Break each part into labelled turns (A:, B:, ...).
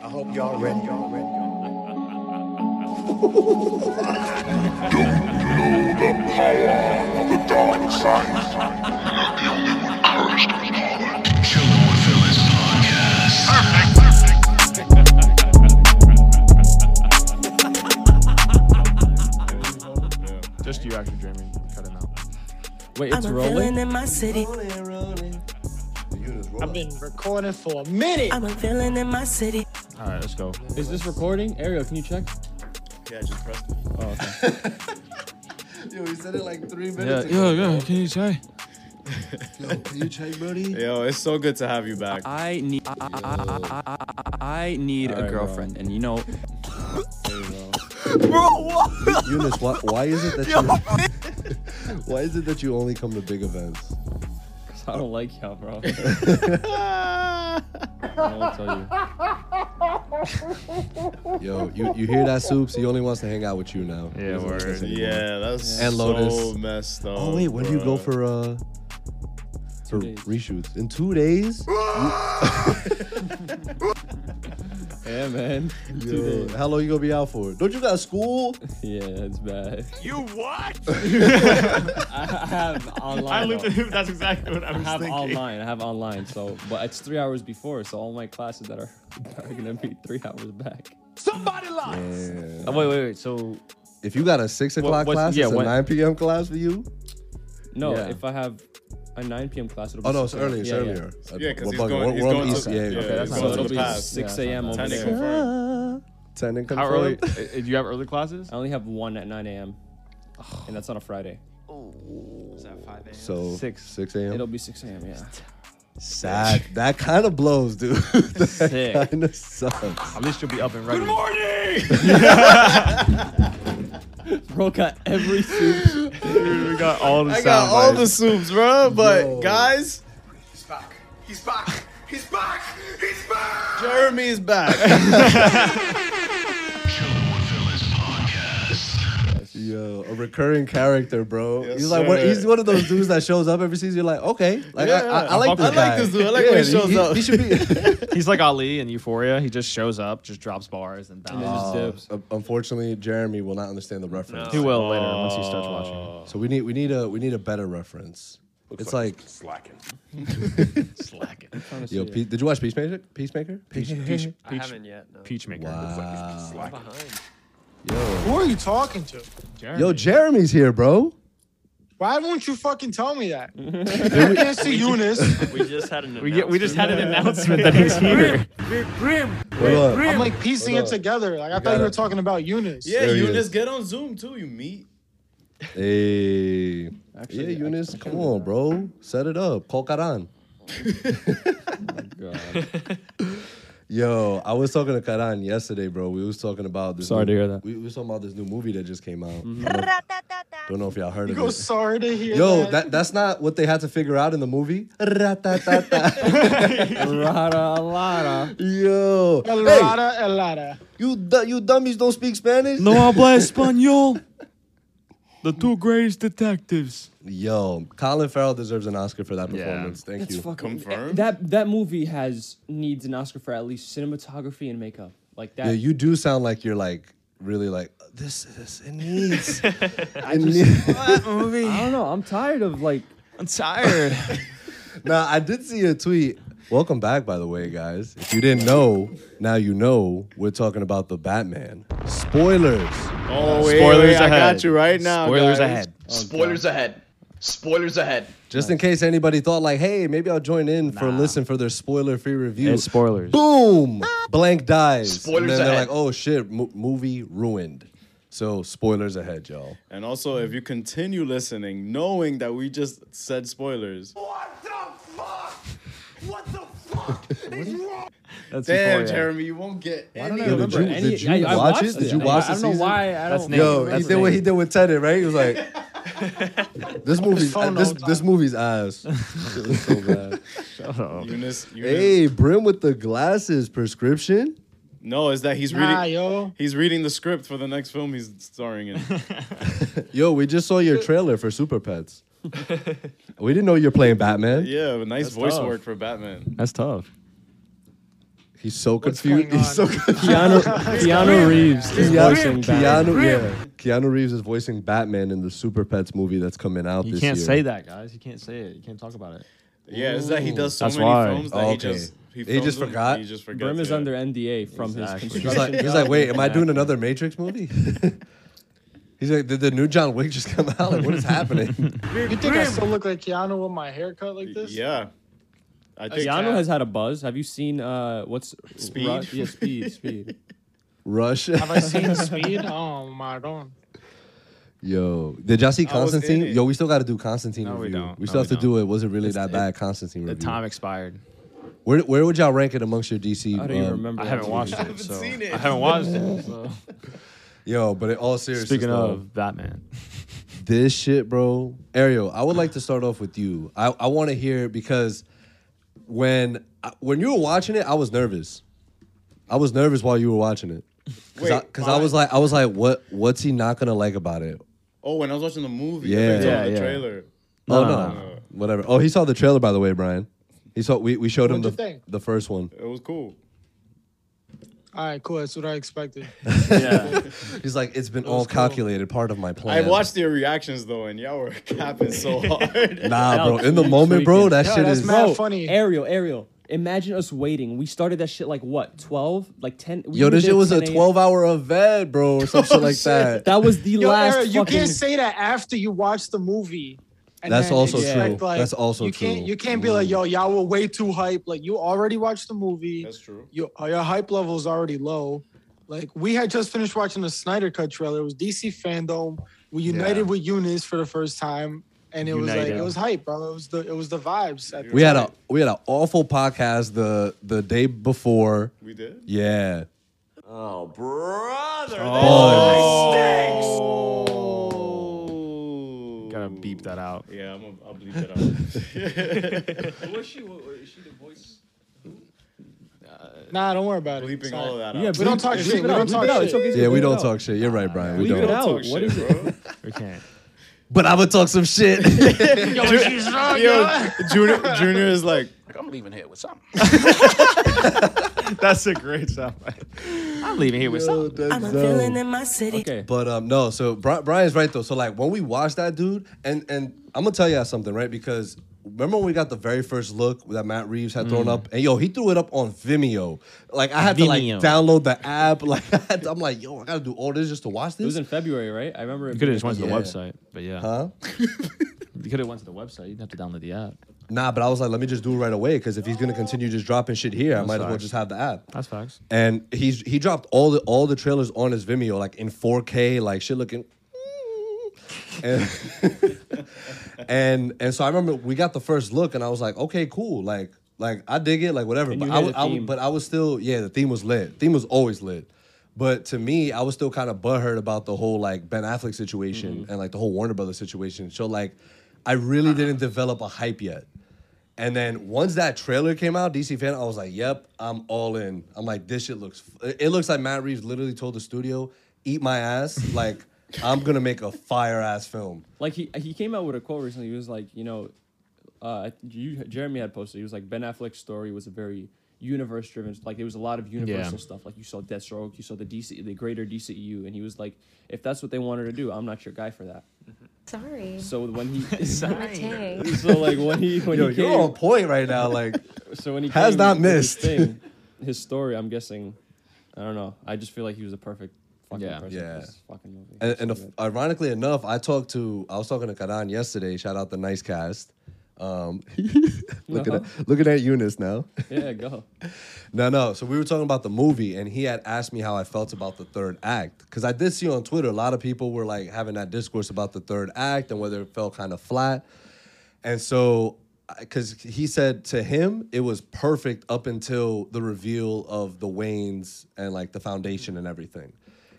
A: I hope y'all ready. Y'all ready.
B: Just you actually dreaming. Cut it out.
C: Wait, it's
D: I'm a
C: rolling.
D: feeling in my city.
E: I've been recording for a minute.
D: I'm a feeling in my city.
B: All right, let's go.
C: Is this recording? Ariel, can you check?
A: Yeah, just press it.
C: Oh, okay.
F: Yo, he said it like three
C: yeah,
F: minutes
C: yeah,
F: ago.
C: yeah. Can you check?
F: Yo, can you check, buddy?
G: Yo, it's so good to have you back.
C: I need, I, I, I, I, I need
G: All
C: a
G: right, bro.
C: girlfriend, and you know,
H: Bro, what?
F: Eunice, why, why is it that
H: Yo,
F: you why is it that you only come to big events?
C: I don't like y'all, bro. I will tell you.
F: Yo, you, you hear that, Soups? He only wants to hang out with you now. He
B: Yeah,
F: doesn't want us
B: word.
F: anymore.
G: Yeah, that's
F: And
G: so
F: Lotus.
G: messed up.
F: Oh wait, when do you
G: bro.
F: go for uh for
C: days.
F: reshoots? In two days?
C: Yeah, man. Two
F: Yo,
C: days.
F: how long you gonna be out for? Don't you got school?
C: Yeah, it's bad.
H: You what?
C: I have online.
B: I looked
C: though.
B: at him. That's exactly what I
C: I
B: was
C: have
B: thinking.
C: online. I have online. So, but it's three hours before. So all my classes that are are gonna be three hours back.
H: Somebody lies.
C: Oh, wait, wait, wait. So
F: If you got a six o'clock
C: what's-
F: class,
C: yeah,
F: it's a
C: what-
F: nine p.m. class for you.
C: no,
F: Yeah.
C: if I have a 9 p.m. class, it'll be
F: Oh no, it's
C: 6 a.m.
F: earlier. It's
C: Yeah,
F: earlier.
C: yeah.
G: Yeah, 'cause
F: We're
G: he's
F: bugging.
G: going-
F: We're-
G: he's
F: we're on
G: going to-
F: East. Yeah,
G: yeah,
F: okay,
G: he's
F: that's
C: So
G: going
F: not
C: it'll
G: to the
C: be
G: past.
C: 6
G: Yeah,
C: a.m. over
G: 10
C: there.
G: confirmed.
F: ten and
B: How early?
F: confirmed.
B: uh, Do you have early classes?
C: I only have one at 9 a.m. And that's on a Friday.
F: So
C: Six.
F: six a.m.
C: It'll be 6 a.m. Yeah.
F: Sad. That kind of blows, dude. that
C: Sick.
F: kind of sucks.
B: At least you'll be up and ready.
C: Bro got every soup.
B: Dude, we got all the
G: I
B: sound
G: got all the
B: bites.
G: soups, bro. But
F: Yo.
G: guys,
H: He's back. He's back. He's back. He's back.
G: Jeremy is back.
F: Yo, a recurring character, bro.
G: Yes,
F: he's like, one,
G: sir.
F: he's one of those dudes that shows up every season. You're like, okay, like I, I, I
B: I
F: like
B: fuck
F: this
B: with
F: guy.
B: him.
G: I like this dude. I like when he shows up.
F: He should be.
B: He's like Ali in Euphoria. He just shows up, just drops bars, and
C: then
B: bounces.
C: just dips.
F: Uh, unfortunately, Jeremy will not understand the reference.
B: He will later once he starts watching.
F: So we need we need a we need a better reference. it's like,
H: Slacking.
B: Slacking.
F: yo, Pe- did you watch Peacemaker? Peacemaker? Peacemaker.
B: I haven't
E: yet. No.
B: Peachmaker.
F: Wow.
H: Slacking.
F: Yo.
E: Who are you talking to?
B: Jeremy.
F: yo, Jeremy's here, bro.
E: Why won't you fucking tell me that? I can't see Eunice.
I: We just had an
B: we, get, we just had an
I: announcement.
B: announcement that he's here.
F: Hold on.
E: I'm like piecing
F: Hold
E: it
F: on.
E: together. Like I thought
F: gotta-
E: you were talking about Eunice.
G: yeah,
F: There he
G: you
F: is.
G: just get on Zoom too. You meet.
F: Hey.
C: Actually, I-
F: yeah, Eunice,
C: I
F: come
C: can do
F: on,
C: that. Oh
F: bro. Set it up. Call Karan.
C: God.
F: Yo, I was talking to Karan yesterday, bro. We was talking about this.
C: Sorry
F: new-
C: to hear that. Mm-hmm.
F: We was talking about this new movie that just came out. I don't, don't know if y'all heard
E: You
F: of
E: go
F: it.
E: sorry to hear
F: Yo,
E: that.
F: that, that's not what they had to figure out in the movie. Ra-ta-ta-ta.
C: Rada, Lara.
F: Yo, hey,
E: Elada, Elada.
F: you du- you dummies don't speak Spanish?
C: habla español. The two greatest detectives.
F: Yo, Colin Farrell deserves an Oscar for that
B: Yeah.
F: performance. Thank
C: That's
F: you.
C: fucking
G: Confirmed.
C: that that movie has needs an Oscar for at least cinematography and makeup. Like that.
F: yeah, you do sound like you're like really like this is it needs.
C: I,
F: it
C: just,
F: needs.
C: I don't know. I'm tired of like
B: I'm tired.
F: Now I did see a tweet. Welcome back, by the way, guys. If you didn't know, now you know. We're talking about the Batman. Spoilers.
G: Oh, wait,
B: Spoilers
G: wait,
B: ahead.
G: I got you right now.
B: Spoilers
G: guys. Oh,
B: ahead.
J: Spoilers ahead. Spoilers ahead.
F: Just in case anybody thought like, hey, maybe I'll join in for listen for their spoiler-free review.
B: It's spoilers.
F: Boom. Blank dies. and
J: Spoilers
F: then they're
J: ahead.
F: like, oh shit, mo- movie ruined. So spoilers ahead, y'all.
G: And also, if you continue listening, knowing that we just said spoilers.
H: What the fuck? What the fuck is wrong?
B: That's
G: Damn,
B: Euphoria.
G: Jeremy, you won't get any.
F: Yo,
C: remember
F: did you,
C: any.
F: did you
C: I, I
F: watch
C: watched
F: it? Did you watch
C: I
F: the
C: don't know
F: season?
C: why. I
B: That's
C: don't.
B: Nate.
F: Yo,
B: That's
F: he did what he
B: Nate.
F: did with Tenet, right? He was like, "This movie's
E: phone the
F: this
E: whole time.
F: this movie's ass." It was so bad.
G: Eunice, Eunice.
F: Hey, Brim with the glasses prescription.
G: No, is that he's reading?
E: Nah, yo.
G: He's reading the script for the next film he's starring in.
F: Yo, we just saw your trailer for Super Pets. we didn't know you're playing Batman.
G: yeah, but nice voice
B: tough.
G: work for Batman.
B: That's tough.
F: He's so
E: What's
F: confused.
E: going
F: He's so
E: on?
F: confused.
C: Keanu, Keanu Reeves is voicing
F: Keanu,
C: Batman.
F: Keanu, yeah. Keanu Reeves is voicing Batman in the Super Pets movie that's coming out
B: You
F: this
B: can't
F: year.
B: say that, guys. You can't say it. You can't talk about it.
G: Yeah, it's that he does so
B: That's
G: many
B: why.
G: films that
F: Okay.
G: he just
F: He
G: films
F: just
G: them,
F: forgot?
G: He just forgets.
C: Brim is
G: yeah.
C: under NDA from
B: Exactly.
C: his
F: He's
C: construction.
F: like, he's like, wait, am I doing
C: Yeah.
F: another Matrix movie? he's like, did the new John Wick just come out? Like, what is happening?
E: You think I still look like Keanu with my haircut like this?
G: Yeah, I think
C: Uh, Keanu has had a buzz. Have you seen uh what's
G: Speed?
C: Ru- yeah, speed, speed.
F: Rush.
E: Have I seen Speed? Oh my god.
F: Yo, did y'all see
G: I was in
F: Constantine?
G: it.
F: Yo, we still got to do Constantine
B: No, we
F: review.
B: don't. No,
F: still have
B: we
F: to do it. Was it really that bad? Constantine
B: The
F: review.
B: time expired.
F: Where where would y'all rank it amongst your DC?
C: I don't even
F: um,
C: remember.
B: I
C: that
B: haven't
C: movie.
B: watched it.
G: haven't
B: so-
G: seen it.
B: I haven't watched it. So.
F: Yo, but in all seriousness,
B: Speaking
F: though,
B: of Batman,
F: this shit, bro. Ariel, I would like to start off with you. I, I want to hear because when I- when you were watching it, I was nervous. I was nervous while you were watching it
G: Wait,
F: because I,
G: my-
F: was like, I was like, what what's he not gonna like about it?
G: Oh, when I was watching the movie,
F: Yeah.
G: yeah,
B: Yeah,
G: yeah, the
B: yeah.
G: trailer.
F: oh
B: no,
F: no, whatever. Oh, he saw the trailer by the way, Brian. He saw we, we showed him
E: What'd you
F: the,
E: think?
F: the first one.
G: It was cool.
E: All right, cool. That's what I expected.
B: yeah,
F: He's like, it's been all calculated, part of my
G: I
F: plan.
G: watched your reactions though, and y'all were capping so hard.
F: Nah, bro.
C: Alex,
F: In the
C: you
F: moment, bro,
C: freaking-
F: that
E: Yo,
F: shit
E: that's
F: is.
E: mad
C: Bro,
E: funny.
C: Ariel, Ariel. Imagine us waiting. We started that shit like what? 12? Like 10? We
F: Yo,
C: were
F: this
C: there
F: shit was a
C: 10 a.m.
F: 12 hour event, bro, or some shit like that.
C: That was the
E: Yo,
C: last
E: Eric, you
C: fucking
E: can't say that after you watch the movie. and
F: That's
E: then
F: also
E: expect,
F: true. That's also
E: you Can't,
F: true. Mm.
E: you can't be like, yo, y'all were way too hype. Like you already watched the movie.
G: That's true.
E: your, uh, your hype level is already low. Like we had just finished watching the Snyder Cut trailer. It was DC fandom. We united with Eunice for the first time, and it was like
B: United.
E: it was hype, bro. It was the it was the vibes. At the
F: We had
E: time.
F: a we had an awful podcast the the day before.
G: We did.
F: Yeah.
H: Oh, brother.
G: Oh,
B: gotta beep that out.
G: Yeah, I'm gonna I'll bleep that out.
E: nah. Don't worry about it.
G: Bleeping
E: It's
G: all of
E: alright.
G: that
C: Yeah,
G: out.
E: We don't talk
C: Leave
E: shit.
C: it
E: We
C: out,
E: don't
C: leave
E: talk
C: it out. It's
E: shit.
C: okay to
F: Yeah, we
C: leave it
F: don't
C: out.
F: talk shit. You're right, Brian. We
C: Leave it
F: don't.
C: out. What is it?
G: bro?
B: we can't.
F: But I would talk some shit.
G: Yo, Junior, Junior is like,
J: I'm leaving here with something.
B: That's a great sound. I'm leaving here with something.
D: I'm a feeling in my city.
C: Okay.
F: But um, no. So Bri- Brian's right though. So like when we watched that dude, and and I'm gonna tell you guys something, right? Because remember when we got the very first look that Matt Reeves had
C: Mm.
F: thrown up, and yo, he threw it up on Vimeo. Like I had
B: Vimeo.
F: to like download the app. Like I had to- I'm like, yo, I gotta do all this just to watch
C: It was
F: this.
C: in February, right? I remember.
B: You could have just went to the
F: Yeah.
B: website, but yeah,
F: Huh?
B: you could have went to the website. You didn't have to download the app.
F: Nah, but I was like, let me just do it right away because if he's gonna continue just dropping shit here, I might as well
B: sorry.
F: just have the app.
B: That's facts.
F: And he's he dropped all the all the trailers on his Vimeo, like in 4K, like shit looking. And, and and so I remember we got the first look, and I was like, okay, cool, like like I dig it, like whatever.
C: And
F: But
C: you
F: I,
C: hear
F: was,
C: the
F: I was-
C: theme.
F: but I was still yeah, the theme was lit. Theme was always lit. But to me, I was still kind of butthurt about the whole like Ben Affleck situation
C: Mm-hmm.
F: and like the whole Warner Brothers situation. So like, I really
C: Uh-huh.
F: didn't develop a hype yet. And then once that trailer came out, DC fan, I was like, "Yep, I'm all in." I'm like, "This shit looks. F- it looks like Matt Reeves literally told the studio, eat my ass. Like, I'm gonna make a fire ass film."
C: Like he he came out with a quote recently. He was like, you know, uh, you, Jeremy had posted. He was like, Ben Affleck's story was a very universe driven. Like it was a lot of universal stuff. Like you saw Deathstroke, you saw the DC, the greater DCEU, and he was like, if that's what they wanted to do, I'm not your guy for that.
I: Sorry.
C: So when he, so
I: I'm a tank.
C: like when he when
F: Yo,
C: he came,
F: you're on point right now. Like,
C: so when he
F: has
C: came
F: not
C: with his
F: missed.
C: thing, his story, I'm guessing, I don't know. I just feel like he was the perfect fucking
B: Yeah.
C: person
F: Yeah.
C: for this fucking movie.
F: and,
C: So
F: and
C: good.
F: if- ironically enough, I talked to I was talking to Karan yesterday. Shout out the Nice Cast. Um, looking at looking at Eunice now.
C: yeah, go.
F: No, no. So we were talking about the movie, and he had asked me how I felt about the third act. Because I did see on Twitter a lot of people were like having that discourse about the third act and whether it felt kind of flat. And so, because he said to him, it was perfect up until the reveal of the Waynes and like the foundation and everything.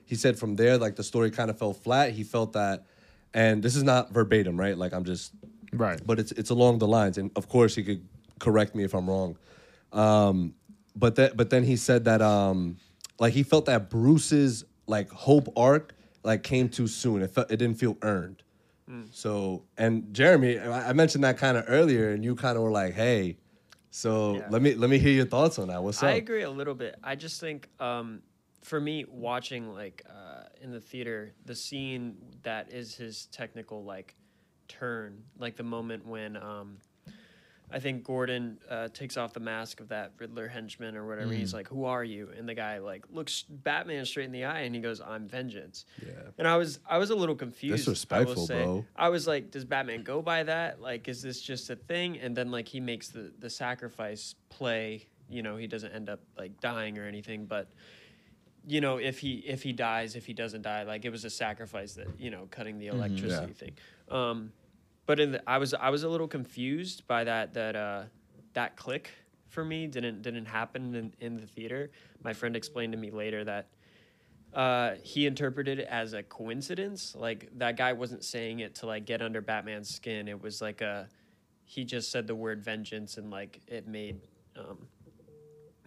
F: He said from there, like the story kind of fell flat. He felt that, and this is not verbatim, right? Like I'm just
B: Right.
F: but it's it's along the lines. And of course, he could correct me if I'm wrong. Um, but that but then he said that um, like he felt that Bruce's like hope arc like came too soon. It felt it didn't feel earned. So and Jeremy, I I mentioned that kind of earlier, and you kind of were like, "Hey, So
K: Yeah.
F: let me let me hear your thoughts on that. What's up?
K: I agree a little bit. I just think, um, for me, watching like uh, in the theater, the scene that is his technical like turn, like the moment when um, I think Gordon uh, takes off the mask of that Riddler henchman or whatever. He's
L: Mm.
K: like, "Who are you?" And the guy like looks Batman straight in the eye and he goes, "I'm vengeance."
F: Yeah.
K: And I was I was a little confused. I
F: Disrespectful,
K: will say.
F: bro.
K: I was like, does Batman go by that? Like, is this just a thing? And then like he makes the the sacrifice play. You know, he doesn't end up like dying or anything, but you know, if he if he dies, if he doesn't die, like it was a sacrifice that you know, cutting the
L: Mhm. Yeah.
K: electricity thing. Um, but in the, I was I was a little confused by that that uh, that click for me didn't didn't happen in, in the theater. My friend explained to me later that uh, he interpreted it as a coincidence. Like that guy wasn't saying it to like get under Batman's skin. It was like a he just said the word vengeance and like it made um,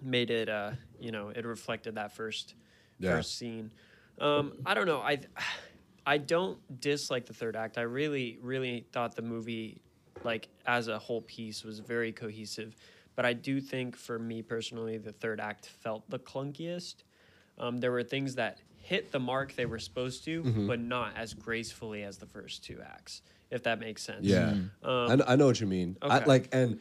K: made it uh, you know it reflected that first
L: Yeah.
K: first scene. Um, I don't know. I I don't dislike the third act. I really really thought the movie like as a whole piece was very cohesive. But I do think for me personally, the third act felt the clunkiest. Um, there were things that hit the mark they were supposed to,
F: Mhm.
K: but not as gracefully as the first two acts, if that makes sense.
F: Yeah, I
K: Um,
F: kn- I, know what you mean. I,
K: okay.
F: like, and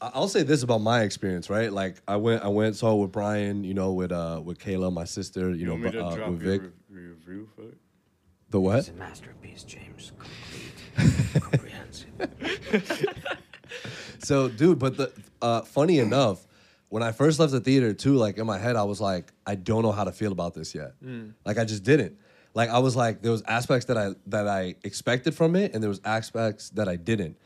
F: I- I'll say this about my experience, right? Like, I went, I went, saw it with Brian, you know, with uh, with Kayla, my sister, you,
G: You want me
F: know, but,
G: to
F: uh,
G: drop
F: with
G: your
F: Vic.
G: re- review for it?
F: The what?
H: a masterpiece, James.
F: so, dude, but the uh, funny enough, when I first left the theater too, like in my head, I was like, I don't know how to feel about this yet. Like I just didn't. Like I was like, there was aspects that I that I expected from it, and there was aspects that I didn't.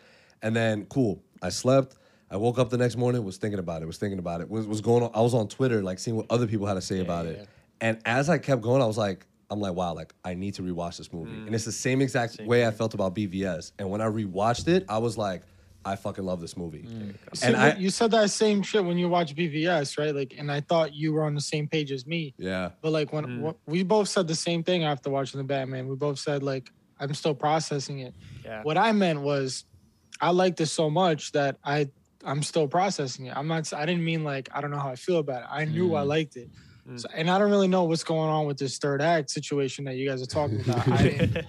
F: And then, cool, I slept. I woke up the next morning, was thinking about it, was thinking about it, was, was going on. I was on Twitter, like seeing what other people had to say about it. And as I kept going, I was like, I'm like, wow, like I need to rewatch this movie. And it's the same exact way I felt about BVS. And when I rewatched it, I was like, I fucking love this movie.
E: See,
F: And I,
E: but you said that same shit when you watched BVS, right? Like, and I thought you were on the same page as me.
F: yeah.
E: But like when
F: Hmm.
E: wh- we both said the same thing after watching the Batman, we both said like I'm still processing it.
K: Yeah.
E: What I meant was I liked it so much that I I'm still processing it. I'm not. I didn't mean like I don't know how I feel about it. I knew
K: Mm.
E: I liked it. So, and I don't really know what's going on with this third act situation that you guys are talking about. I, didn't-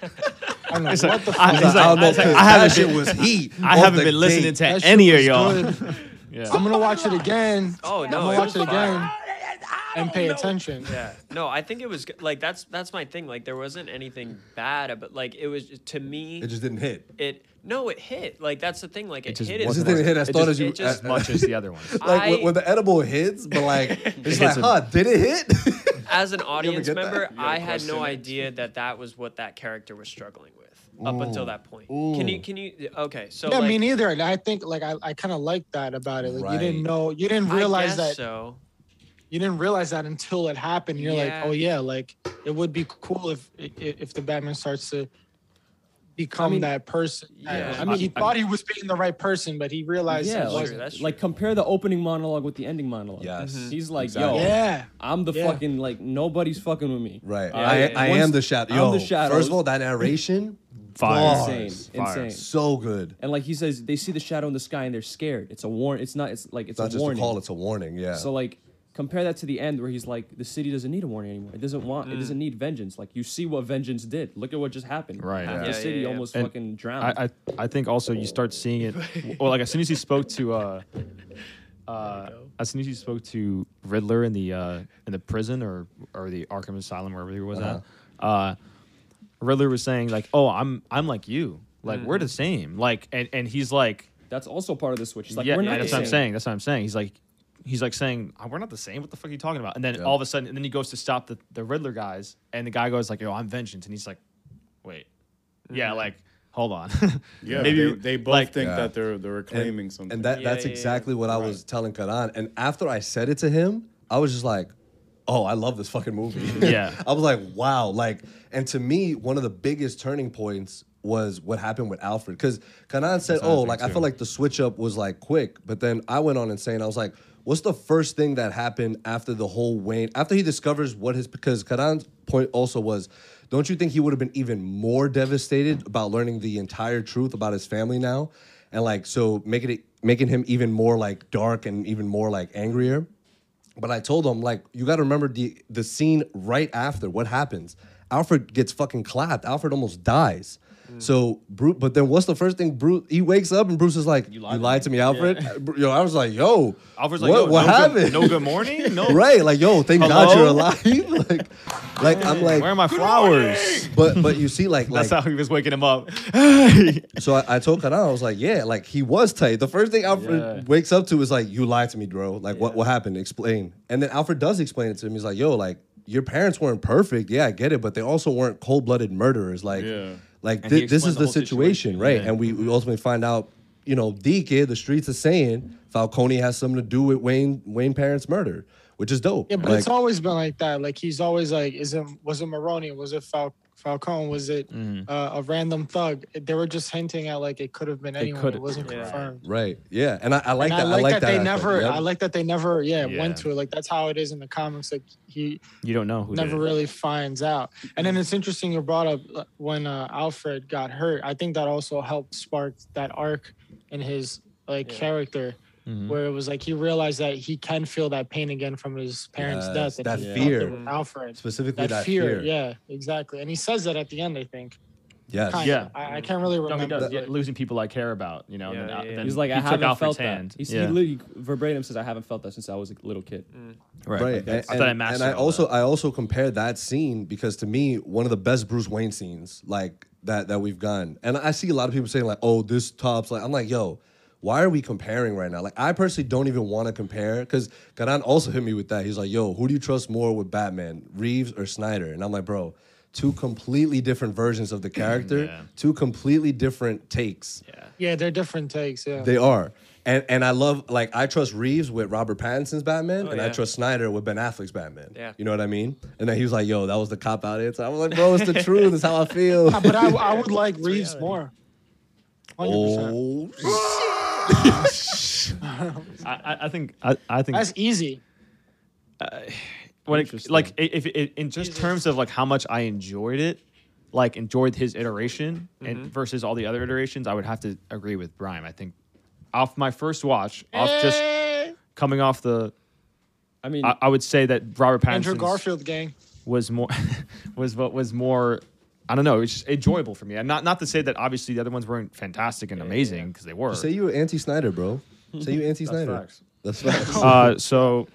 E: I'm like,
B: It's
E: what
B: like-
E: the fuck?
B: I- it's like- I don't know, 'cause that shit was heat off the gate. That shit was good. Yeah.
E: I'm gonna watch it again.
K: Oh,
E: I'm
K: no,
E: gonna
K: it
E: watch
K: was
E: it again
K: fire.
E: and pay attention.
K: Yeah. No, I think it was good. like that's that's my thing. Like there wasn't anything bad about like it was to me.
F: It just didn't hit.
K: It no, it hit. Like that's the thing. Like it,
F: just
K: hit. as
F: wasn't
K: much-
F: as- it just
K: it
F: didn't hit as thought as
K: just-
F: you
K: it just-
B: much as the other ones.
F: Like
K: I-
F: when, when the edible hits, but like it's like,
B: hits
F: huh? Did it hit?
K: as an audience
F: get that?
K: member,
F: You got a
K: I had no
F: question?
K: idea that that was what that character was struggling with up
F: Ooh.
K: until that point. Can you
F: Ooh.
K: can you okay? So
E: yeah,
K: like,
E: me neither. And I think like I, I kind of like that about it. Like you didn't
F: Right.
E: know, you didn't
K: I
E: realize
K: guess
E: that.
K: So
E: You didn't realize that until it happened. You're
K: Yeah.
E: like, oh yeah, like it would be cool if i- i- if the Batman starts to become
C: mean-
E: that person.
C: Yeah.
E: I mean, he
C: I- I-
E: thought he was being the right person, but he realized
C: yeah,
E: it
C: like,
E: wasn't.
C: like compare the opening monologue with the ending monologue. Yes,
B: Mm-hmm.
C: he's like,
F: Exactly.
C: yo,
E: Yeah.
C: I'm the
E: Yeah.
C: fucking like nobody's fucking with me.
F: Right.
C: Uh,
F: I, I
C: once-
F: am the shadow.
C: I'm
F: Yo,
C: the shadow.
F: First of all, that narration,
C: Fire.
F: bars.
C: Insane, Fire. insane.
F: So good.
C: and like he says, they see the shadow in the sky and they're scared. It's a warn. It's not. It's like it's,
F: It's not
C: a
F: just
C: warning.
F: a call; it's a warning. Yeah.
C: So like compare that to the end where he's like, the city doesn't need a warning anymore. It doesn't want. It
B: Mm.
C: doesn't need vengeance. Like you see what vengeance did. Look at what just happened.
B: Right.
C: Half
B: Yeah,
C: the
B: yeah,
C: city
B: yeah, yeah.
C: almost
B: And
C: fucking drowned.
B: I, I I think also you start seeing it. Well, like as soon as he spoke to uh, uh, as soon as he spoke to Riddler in the uh, in the prison or or the Arkham Asylum wherever he was
C: Uh-huh.
B: at, uh, Riddler was saying like, "Oh, I'm I'm like you. Like we're the same. Like and and he's like."
C: That's also part of the switch. He's Mm-hmm. like,
B: yeah,
C: we're
B: yeah,
C: not.
B: that's
C: the
B: what I'm
C: same."
B: saying. That's what I'm saying. He's like, he's like saying, "Oh, we're not the same. What the fuck are you talking about? And then
F: Yeah.
B: all of a sudden, and then he goes to stop the, the Riddler guys, and the guy goes like, yo, I'm vengeance. And he's like, wait. Yeah,
C: Mm-hmm.
B: like, hold on.
G: Yeah, they, they both think that they're they're claiming something.
F: And that that's exactly what I was telling Karan. And after I said it to him, I was just like, "Oh, I love this fucking movie."
B: Yeah.
F: I was like, "Wow!" Like, and to me, one of the biggest turning points was what happened with Alfred because Kanan said,
B: That's what I
F: "Oh,
B: think
F: like I
B: too.
F: felt like the switch up was like quick," but then I went on and saying, "I was like." What's the first thing that happened after the whole Wayne? After he discovers what his because Karan's point also was, don't you think he would have been even more devastated about learning the entire truth about his family now? and like so making it making him even more like dark and even more like angrier. But I told him like you got to remember the the scene right after what happens. Alfred gets fucking clapped. Alfred almost dies.
B: Mm.
F: So Bruce, but then what's the first thing Bruce? He wakes up and Bruce is like, "You lied, to me, Alfred." Yo, I was like, "Yo,
B: Alfred's
F: what,
B: like, "Yo,
F: what
B: no good-
F: happened?
B: no good morning? No."
F: right? Like, yo, thank God
B: Hello?
F: you're alive. like, like I'm like,
B: Where are my flowers?
F: but but you see, like, like
B: That's how he was waking him up.
F: so I, I told Karan, I was like, yeah, like he was tight. The first thing Alfred
B: Yeah.
F: wakes up to is like, you lied to me, bro. Like, what, what happened? Explain. And then Alfred does explain it to him. He's like, yo, like your parents weren't perfect. Yeah, I get it, but they also weren't cold blooded murderers. Like, like
L: And he
F: thi-
L: explained
F: this is
L: the
F: the
L: whole
F: situation,
L: situation,
F: right?
L: yeah.
F: And we, we ultimately find out, you know, D kid, the streets are saying Falcone has something to do with Wayne Wayne parents' murder, which is dope.
E: Yeah, but
F: Like,
E: it's always been like that. Like he's always like, is it was it Maroney? Was it Fal- Falcone? Was it
F: Mhm.
E: uh, a random thug? They were just hinting at like it could have been anyone. It,
F: could've-
E: wasn't
F: yeah.
E: confirmed.
F: right. Yeah. And I, I like
E: And
F: that. I like that.
E: they
F: aspect.
E: never.
F: Yep.
E: I like that they never. Yeah,
F: Yeah.
E: went to it. Like that's how it is in the comics. Like he
B: You don't know who.
E: never
B: did it.
E: really finds out. And then it's interesting you brought up uh, when uh, Alfred got hurt. I think that also helped spark that arc in his like character.
B: Mm-hmm.
F: Mhm.
E: Where it was like he realized that he can feel that pain again from his parents'
F: Yes,
E: death. And
F: that
E: he felt it
F: fear.
E: with Alfred.
F: Specifically
E: that,
F: that
E: fear.
F: fear.
E: Yeah, exactly. And he says that at the end, I think.
F: Yes.
E: Kinda.
B: Yeah.
E: I, I can't really
B: No, he
E: remember.
B: does. Yeah, losing people I care about, you know. and then, then
C: He's like, I
B: he took
C: haven't
B: Alfred's
C: felt
B: hand.
C: that. He's,
B: Yeah.
C: He literally verbatim says, I haven't felt that since I was a little kid.
B: Mm.
F: Right.
B: Right. Like,
F: And,
B: I thought I
F: and-
B: mastered
F: and I
B: all
F: also I also compare that scene because to me one of the best Bruce Wayne scenes like that that we've gotten. And I see a lot of people saying like, "Oh, this tops." Like I'm like, "Yo, why are we comparing right now?" Like I personally don't even want to compare cuz Karan also hit me with that. He's like, "Yo, who do you trust more with Batman, Reeves or Snyder?" And I'm like, "Bro, two completely different versions of the character, two completely different takes."
E: Yeah, they're different takes. Yeah.
F: They are. And and I love like I trust Reeves with Robert Pattinson's Batman,
E: Oh,
F: and I
E: yeah.
F: trust Snyder with Ben Affleck's Batman.
E: Yeah.
F: You know what I mean? And then he was like, "Yo, that was the cop out." It's I was like, "Bro, it's the truth. It's how I feel."
E: Ah, but I, I would like Reeves more. 100%.
F: oh,
B: I, I- I think I, I think
E: That's easy.
B: when it, like i- if it, in just terms of like how much I enjoyed it, like enjoyed his iteration and versus all the other iterations, I would have to agree with Brian. I think off my first watch, off just coming off the,
C: I mean,
B: I, I would say that Robert
E: Andrew
B: Pattinson
E: Garfield gang.
B: was more was what was more. I don't know. It's just enjoyable for me. And not not to say that obviously the other ones weren't fantastic and amazing because they were.
F: You say you were anti Snyder, bro. Say you anti Snyder. That's facts.
B: uh, so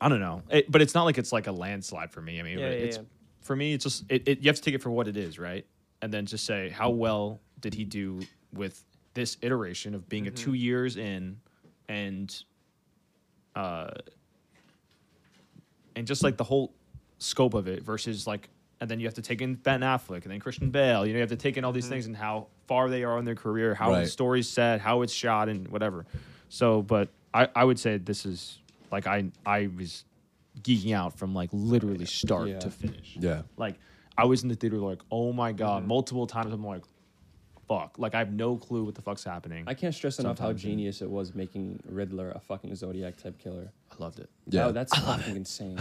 B: I don't know, It- but it's not like it's like a landslide for me. I mean,
F: Yeah, yeah,
B: it's
F: yeah.
B: for me, it's just it, it. You have to take it for what it is, right? And then just say how well did he do with this iteration of being a two years in, and uh, and just like the whole scope of it versus like. And then you have to take in Ben Affleck and then Christian Bale. You know, you have to take in all these things and how far they are in their career, how the
F: Right.
B: story's set, how it's shot, and whatever. So, but I, I would say this is like I I was geeking out from like literally start to finish.
F: Yeah.
B: Like I was in the theater like, oh my god,
C: Mm-hmm.
B: multiple times I'm like, fuck. Like I have no clue what the fuck's happening.
C: I can't stress enough how
B: Sometimes, yeah.
C: genius it was making Riddler a fucking Zodiac type killer.
B: I loved it.
F: Yeah.
C: Oh, that's fucking insane.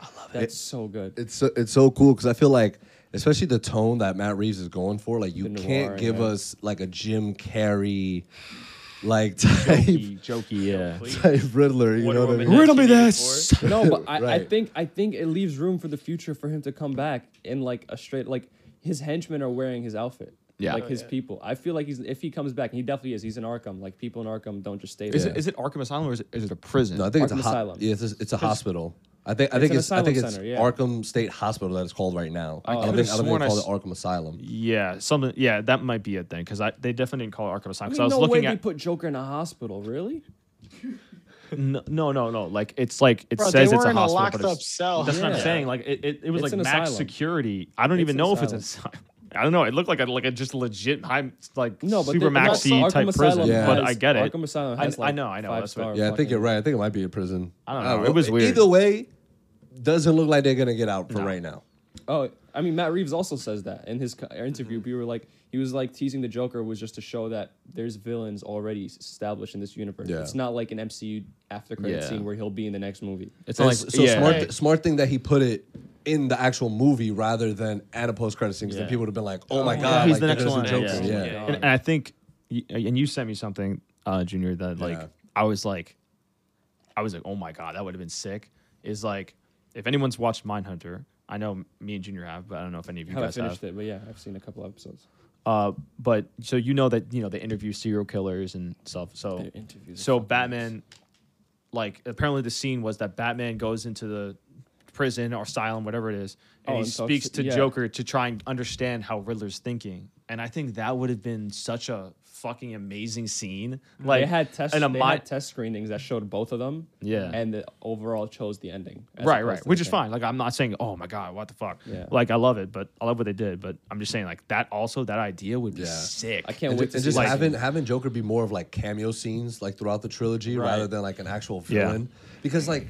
C: I love it. That's so good.
F: It's so, it's so cool because I feel like, especially the tone that Matt Reeves is going for, like you
C: The
F: can't
C: noir,
F: give
C: yeah.
F: us like a Jim Carrey, like type
B: jokey, yeah,
F: type Riddler. You know what I mean?
C: No, but I, I
F: Right.
C: think I think it leaves room for the future for him to come back in like a straight like his henchmen are wearing his outfit.
B: Yeah.
C: Like
B: Oh,
C: his people. I feel like he's if he comes back, and he definitely is, he's in Arkham. Like people in Arkham don't just stay there.
B: Is it is it Arkham Asylum or is it, is it a prison?
F: No, I think it's a
C: Arkham
F: ho-
C: Asylum.
F: Yeah, it's a, it's a
C: 'Cause
F: hospital. I think I
C: it's
F: think
C: an
F: it's I
C: asylum
F: think it's
C: center, yeah.
F: Arkham State Hospital that it's called right now. I, don't
B: could've
F: think I don't think
B: sworn
F: they
B: I
F: call it
B: s-
F: Arkham Asylum.
B: Yeah, something. Yeah, that might be it then, because I they definitely didn't call it Arkham
C: I
B: Asylum.
C: mean,
B: Because I, was
C: no way
B: looking
C: they
B: at
C: put Joker in a hospital, really?
B: no, no, no, no. Like it's like it
C: Bro, they
B: says
C: were
B: it's a
C: in a
B: hospital.
C: locked
B: but it's-
C: up cell.
B: That's what I'm
C: Yeah.
B: saying. Like it, it, it was
C: It's
B: like
C: an
B: max
C: asylum.
B: security. I don't
C: It's
B: even
C: an
B: know if
C: asylum.
B: it's an asylum. I don't know. It looked like a like a just legit high like
C: No, but
B: super
C: they- but
B: maxi
C: also
B: type
C: Arkham
B: prison.
C: Asylum
B: but
C: has-
B: I get it.
C: Arkham Asylum
B: I-
C: has,
B: I,
C: like,
B: know. I know. That's what.
C: five-star
F: Yeah, I think you're right. I think it might be a prison.
B: I don't know. It
F: well,
B: was weird.
F: Either way, doesn't look like they're gonna get out for right now.
C: Oh, I mean, Matt Reeves also says that in his co- interview. We were like, he was like teasing the Joker was just to show that there's villains already s- established in this universe.
F: Yeah.
C: It's not like an MCU after credit
F: Yeah.
C: scene where he'll be in the next movie.
F: It's like so smart. Smart thing that he put it in the actual movie rather than at a post credit scene. Because then
B: Oh, Yeah.
F: people would have been like, "Oh my god,
B: he's
F: like,
B: the
F: they're
B: next
F: gonna
B: one.
F: do Joker.
B: Yeah, And, and I think, y- and you sent me something uh, Junior that like
F: Yeah.
B: I was like, I was like, oh my god, that would have been sick. Is like, if anyone's watched Mindhunter, I know me and Junior have, but I don't know if any of you
C: haven't
B: guys have.
C: finished it, but yeah, I've seen a couple episodes.
B: Uh, but so you know that you know they interview serial killers and stuff. So
C: interview the
B: so Batman, like apparently the scene was that Batman goes into the prison or asylum, whatever it is, and
C: Oh,
B: he
C: and talks
B: speaks
C: to-
B: to
C: yeah.
B: Joker to try and understand how Riddler's thinking. And I think that would have been such a fucking amazing scene. Like
C: they had test,
B: and a
C: they
B: mi-
C: had test screenings that showed both of them.
B: Yeah.
C: and the overall chose the ending. as
B: right,
C: opposed
B: right,
C: to the
B: which is
C: thing.
B: fine. Like I'm not saying, oh my god, what the fuck.
C: Yeah.
B: Like I love it, but I love what they did. But I'm just saying, like that also that idea would be sick.
C: I can't
F: and
C: wait
F: ju-
C: to
F: and
C: see
F: just
C: that.
F: having having Joker be more of like cameo scenes like throughout the trilogy
B: Right.
F: rather than like an actual
B: Yeah.
F: villain because like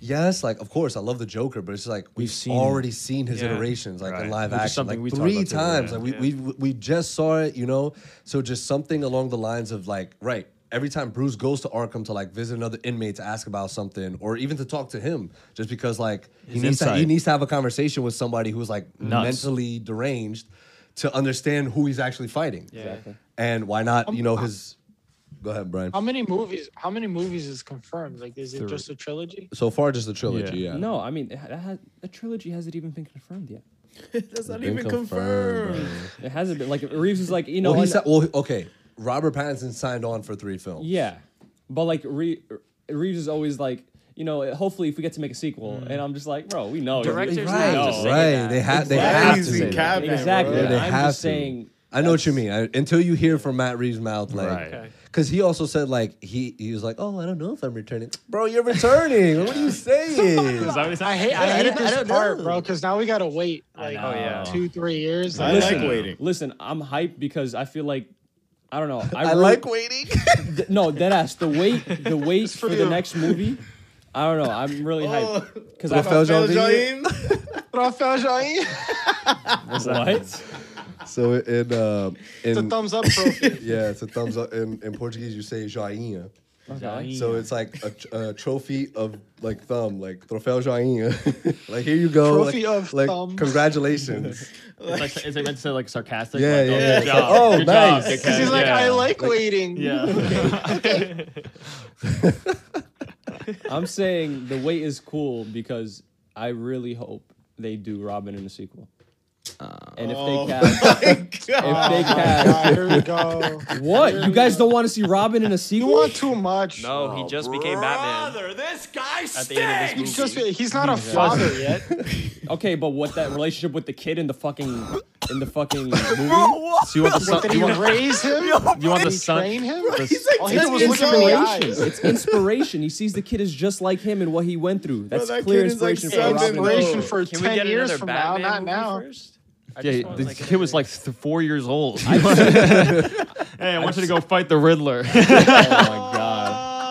F: yes like of course I love the Joker but it's like we've,
B: seen
F: already
B: it.
F: seen his
B: Yeah.
F: iterations like
B: Right.
F: in live
B: Which is
F: action
B: something
F: like
B: we talked
F: three
B: about the other
F: times
B: day.
F: like we, we we just saw it you know so just something along the lines of like right every time Bruce goes to Arkham to like visit another inmate to ask about something or even to talk to him just because like he
B: His
F: needs to, he
B: insight.
F: needs to have a conversation with somebody who's like
B: Nuts.
F: mentally deranged to understand who he's actually fighting
C: Exactly.
F: and why not? You know his. Go ahead, Brian.
E: How many movies? How many movies is confirmed? Like, is it
F: Three.
E: just a trilogy?
F: So far, just the trilogy. Yeah.
C: No, I mean, it ha- that has, the trilogy hasn't even been confirmed yet.
G: That's not
F: Been
G: even
F: confirmed,
G: confirmed.
C: It hasn't been like Reeves is like you know.
F: well, he
C: and-
F: sa- well, he- okay. Robert Pattinson signed on for three films.
C: Yeah, but like Re- Reeves is always like, you know, hopefully if we get to make a sequel, and I'm just like, bro, we know
K: Mm.
C: Oh,
K: Directors
C: We
K: Right,
C: know.
K: have to say
F: right.
K: that.
F: They have. They
G: Exactly.
F: have to say that.
G: Cabinet,
C: exactly.
G: bro.
F: Yeah, they
C: I'm
F: have
C: just
F: to.
C: saying.
F: I know what you mean. I, until you hear from Matt Reeves' mouth,
B: Right.
F: like,
B: Okay.
F: because he also said like he he was like, oh, I don't know if I'm returning, bro. You're returning. what are you saying?
B: Is that what he said?
E: I hate,
F: I
E: I hate
F: don't- I
E: this
F: don't
E: part,
F: know.
E: bro, because now we gotta wait like
B: know. Oh, yeah.
E: two, three years.
G: I
E: Like,
G: like waiting.
C: Listen, I'm hyped because I feel like I don't know. I,
F: I
C: really-
F: like waiting.
C: th- no dead ass. The wait, the wait for the
E: you.
C: next movie. I don't know. I'm really
G: Oh,
C: hyped because I
F: Rafael
C: felt
F: Jardim.
E: Rafael Jaime,
B: Oh.
C: what
F: So in uh,
E: it's a
F: in
E: thumbs up trophy.
F: yeah, it's a thumbs up. In, in Portuguese, you say joinha.
C: Okay.
F: So it's like a, tr- a trophy of like thumb, like troféu joinha. like here you go,
E: Trophy
F: like,
E: of
F: like,
E: thumb.
F: congratulations.
B: It's like, it's like meant to say like sarcastic.
F: Yeah,
B: like,
F: yeah,
B: Oh,
F: yeah.
B: Good job.
F: Oh,
B: good job,
F: nice.
B: dickhead.
E: Because he's like,
B: yeah.
E: I like waiting.
B: Yeah.
C: I'm saying the wait is cool because I really hope they do Robin in the sequel. and if
G: Oh.
C: they cast, if they cast,
E: Oh God, here we go.
C: what you guys don't want to see Robin in a
E: You
C: sequel?
E: want too much.
K: No,
F: oh,
K: he just became Batman
H: Brother, this guy
K: at the end of
H: stinks.
K: this
E: He's just
K: movie.
E: he's not a father yet.
C: Okay, but what that relationship with the kid in the fucking in the fucking movie?
B: So you want the
E: What,
B: son?
E: did
B: You
E: he
B: want,
E: raise him?
B: you want the
E: Did he train
B: son?
E: him?
B: the s-
E: All he
G: It's
E: did was look him in the
C: Inspiration.
E: eyes.
C: It's inspiration. He sees the kid is just like him and what he went through. That's
G: that
C: clear
G: kid is, like,
C: inspiration
G: seven.
C: for Robin.
E: Inspiration for
K: Can we
E: ten
K: get
E: years
K: another
E: from
K: Batman
E: now, not
K: movie
E: now.
K: first? I just
B: Yeah,
K: want,
B: the
K: like,
B: kid was
K: another-
B: like th- four years old. hey, I want you to go fight the Riddler.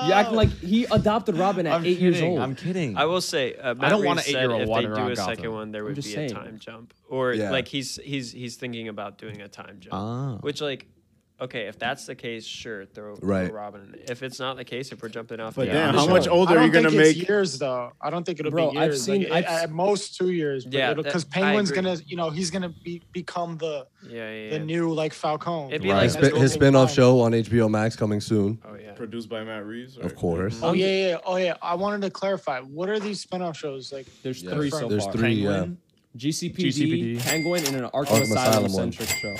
C: You acting like he adopted Robin at
B: I'm
C: eight
B: kidding.
C: years old.
B: I'm kidding.
K: I will say, uh, Matt
B: don't want
K: Reeves
B: an
K: said
B: eight-year-old
K: If they
B: wandering
K: do
B: around
K: a second
B: Gotham.
K: one, there
C: I'm
K: would be
C: just
K: a
C: saying.
K: time jump, or
F: Yeah. Uh.
K: like he's he's he's thinking about doing a time jump.
B: Ah.
K: Which like, okay, if that's the case, sure, throw, throw
F: Right.
K: Robin. in. If it's not the case, if we're jumping off,
G: But
K: the
G: damn,
K: edge,
G: how
K: sure.
G: much older
E: I
G: are you
E: don't
G: gonna
E: think it's
G: make?
E: years though. I don't think it'll
C: Bro, I've
E: be years.
C: seen- I've
E: Like, at- at most two years. But
K: Yeah,
E: yeah, because
K: that- I
E: Penguin's
K: agree.
E: gonna, you know, he's gonna be become the
K: Yeah, yeah.
E: the
K: yeah.
E: new like Falcone.
K: It'd be
F: His,
K: like
F: spin- his spin-off
E: Batman.
F: show on HBO Max coming soon,
K: Oh yeah.
G: Produced by Matt Reeves.
F: of course.
E: Oh yeah, yeah, yeah. oh yeah. I wanted to clarify. What are these spin-off shows like?
C: There's
F: Yeah.
C: three so
F: There's
C: far.
F: three. Yeah.
C: GCPD,
B: GCPD.
C: Penguin, and an Arkham,
F: Arkham
C: Asylum,
F: Asylum one.
C: centric show.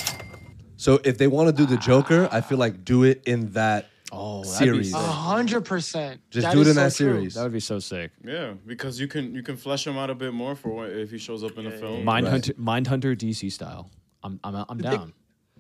F: So if they want to do the Joker, I feel like do it in that
B: oh, that'd be
F: series.
E: A hundred percent.
F: Just
E: That
F: do it
E: is
F: in
E: so
F: that
E: true.
F: series.
B: That would be so sick.
G: Yeah, because you can you can flesh him out a bit more for what, if he shows up in the film.
B: Mindhunter, Mindhunter DC style. I'm, I'm, I'm down.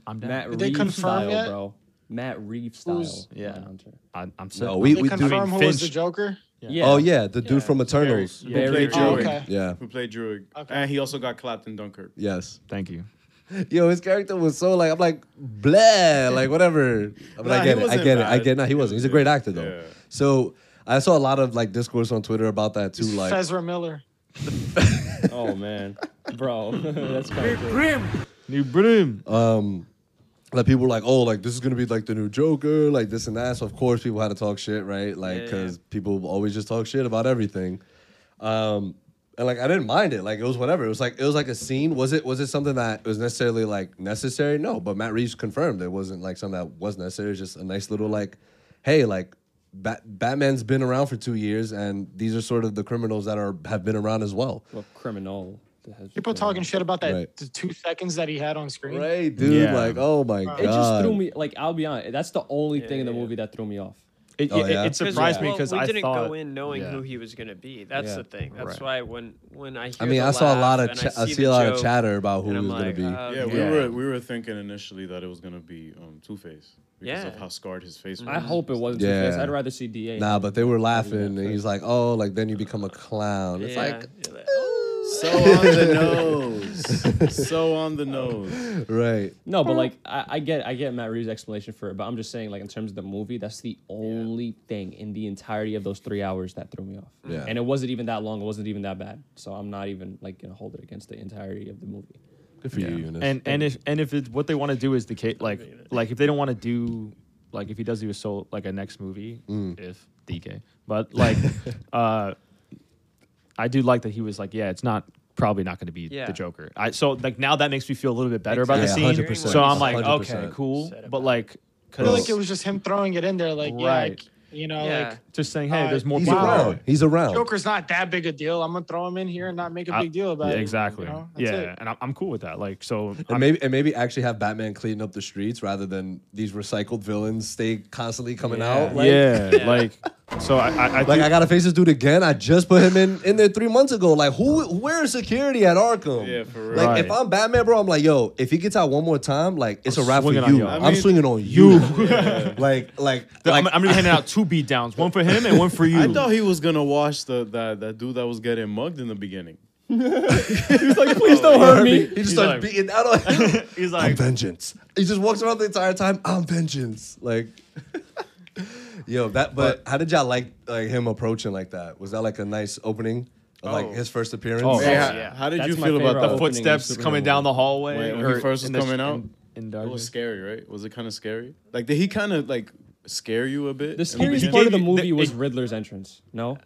B: I'm down.
C: Matt
E: they
C: Reeves
E: confirm
C: style,
E: yet?
C: bro. Matt Reeves style.
E: Who's-
B: Yeah.
C: Mindhunter.
B: I'm, I'm set.
F: No, we,
E: They
F: we do.
E: confirm
B: I mean,
E: who was the
B: Finch-
E: Joker?
C: Yeah.
F: Oh yeah, the dude
K: Yeah.
F: from Eternals.
G: Who
C: Very
G: played
C: true.
E: Oh,
G: Druid?
E: okay.
F: Yeah.
G: Who played Druid?
E: Okay.
G: And he also got clapped in Dunkirk.
F: Yes.
B: Thank you.
F: Yo, his character was so like I'm like bleh, like whatever. I mean,
G: Nah,
F: I
G: he
F: get it. I
G: wasn't
F: get it. I
G: bad.
F: get. No, he wasn't. He's a great actor though.
G: Yeah.
F: So I saw a lot of like discourse on Twitter about that too. Like,
E: Fezra Miller.
C: Oh man, bro, that's kind of cool.
B: New broom.
F: like people were like, oh, like this is gonna be like the new Joker, like this and that. So of course people had to talk shit, right? Like,
K: Yeah.
F: cause people always just talk shit about everything. Um, and like I didn't mind it. Like it was whatever. It was like it was like a scene. Was it was it something that was necessarily like necessary? No, but Matt Reeves confirmed it wasn't like something that was necessary. It was just a nice little like hey, like Bat- Batman's been around for two years, and these are sort of the criminals that are have been around as well.
C: Well, criminal.
E: People talking shit about that
F: Right.
E: the two seconds that he had on screen.
F: Right, dude. Like, oh my god.
C: It just threw me. Like I'll be honest, that's the only thing in the movie that threw me off.
B: It,
F: Oh, it- yeah? it
B: surprised me 'cause
K: we
B: I
K: didn't
B: thought-
K: go in knowing
B: yeah.
K: who he was gonna be. That's
B: Yeah.
K: the thing.
B: Right.
K: That's why when when I hear
F: I mean,
K: the
F: I saw a lot
K: laugh
F: of
K: and
F: cha-
K: I
F: I
K: see,
F: see
K: the
F: a lot
K: joke,
F: of chatter about who
K: and
F: he
K: I'm
F: was gonna
K: like,
F: be.
K: uh,
G: yeah, we
K: yeah.
G: were we were thinking initially that it was gonna be um, Two Face because
K: Yeah.
G: of how scarred his face was.
C: I hope it wasn't.
F: Yeah.
C: Yeah. I'd rather see Da.
F: Nah, but they were laughing, and he's like, "Oh, like then you become a clown." It's
K: Yeah.
F: like,
K: You're like, oh.
G: So on the nose. so on the nose.
F: right?
C: No, but like I, I get I get Matt Reeves' explanation for it, but I'm just saying like in terms of the movie, that's the only thing in the entirety of those three hours that threw me off.
F: Yeah.
C: And it wasn't even that long. It wasn't even that bad. So I'm not even like gonna hold it against the entirety of the movie.
F: Good for you, Eunice.
B: and and if and if it, what they want to do is the case like like if they don't want to do like if he does do a soul like a next movie
F: Mm.
B: if DK but like uh I do like that he was like yeah it's not probably not going to be
K: Yeah.
B: the Joker I so like now that makes me feel a little bit better about the
F: Exactly.
B: scene
F: Yeah, 100%.
B: so I'm like
F: 100%.
B: okay cool
K: Said
B: but
K: about
B: like
E: I feel
B: cause
E: like it was just him throwing it in there, like yeah,
B: Right.
E: like, you know,
K: Yeah.
E: like
B: just saying hey
E: uh,
B: there's more
F: he's
B: people
E: Wow.
F: around. He's around.
E: Joker's not that big a deal. I'm gonna throw him in here and not make a
B: I-
E: big deal about
B: yeah,
E: it.
B: exactly
E: You know? That's
B: yeah
E: it.
B: and I'm, I'm cool with that like so
F: And
B: I'm-
F: maybe and maybe actually have Batman clean up the streets rather than these recycled villains stay constantly coming out. Like,
B: yeah,
K: Yeah.
B: like so I I, I
F: like
B: do-
F: I gotta face this dude again. I just put him in in there three months ago. Like who? Where's security at Arkham?
G: Yeah, for real.
F: Like
B: Right.
F: if I'm Batman, bro, I'm like, yo, if he gets out one more time, like it's a wrap for you.
B: swinging on you. I
F: I'm
G: mean-
F: swinging on you. like like
B: the-
F: like
B: I'm, I'm gonna be handing out two beat downs, one for him and one for you.
G: I thought he was gonna wash the that that dude that was getting mugged in the beginning.
C: Please
F: Oh,
C: don't hurt me.
F: he just starts
B: like-
F: beating out on him.
B: he's
F: I'm
B: like,
F: vengeance. He just walks around the entire time. I'm vengeance. Like, yo, that. But, how did y'all like like him approaching like that? Was that like a nice opening of like
K: Oh.
F: his first appearance?
B: Oh,
G: Hey,
B: yeah.
G: how, how did
C: That's
G: you
C: my
G: feel about
C: favorite
G: that?
B: the
C: opening
B: footsteps
C: of Superman
B: coming down the hallway.
G: When- when he
B: or
G: first
B: in
G: was
B: the-
G: coming out,
B: in,
G: It
B: in
G: was
B: darkness.
G: scary, right? Was it kind of scary? Like did he kind of like scare you a bit? in
C: The scariest
G: beginning?
C: part of the
B: They-
C: movie
B: they-
C: was Riddler's entrance. No,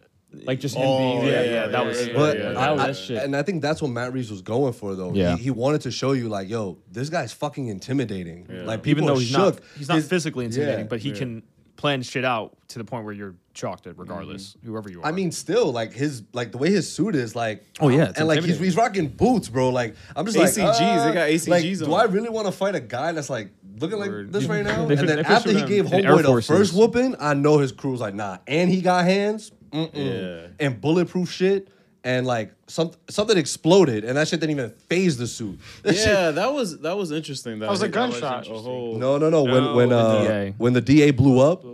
C: like just him
G: e Oh,
C: being
G: yeah,
C: there.
G: yeah, that was.
F: But
G: yeah,
C: That
F: I,
C: was
F: I-
C: that shit.
F: and I think that's what Matt Reeves was going for, though.
B: Yeah.
F: He, he wanted to show you, like, yo, this guy's fucking intimidating. Like, people
B: even though
F: are
B: he's
F: shook.
B: not he's not
F: His-
B: physically intimidating,
F: yeah.
B: but he can plan shit out to the point where you're chalked at regardless, whoever you are.
F: I mean, still, like his, like the way his suit is, like,
B: Oh, yeah, it's
F: and like he's,
B: intimidating.
F: he's rocking boots, bro. Like, I'm just like,
G: ACGs,
F: uh,
G: they got ACGs
F: like,
G: on.
F: Do I really want to fight a guy that's like looking like this right now?
B: They
F: and
B: should-
F: then
B: they should
F: after
B: shoot
F: he
B: him
F: gave
B: in Air
F: homeboy the
B: Forces.
F: first whooping, I know his crew's like, nah. And he got hands, mm-mm,
G: Yeah.
F: and bulletproof shit, and like some something exploded, and that shit didn't even phase the suit. That shit
G: Yeah, that was that was interesting. That,
E: was a
G: that
E: gunshot.
G: A whole,
F: No, no, no.
K: No,
F: When when
K: the
F: uh,
B: DA.
F: when the DA blew up,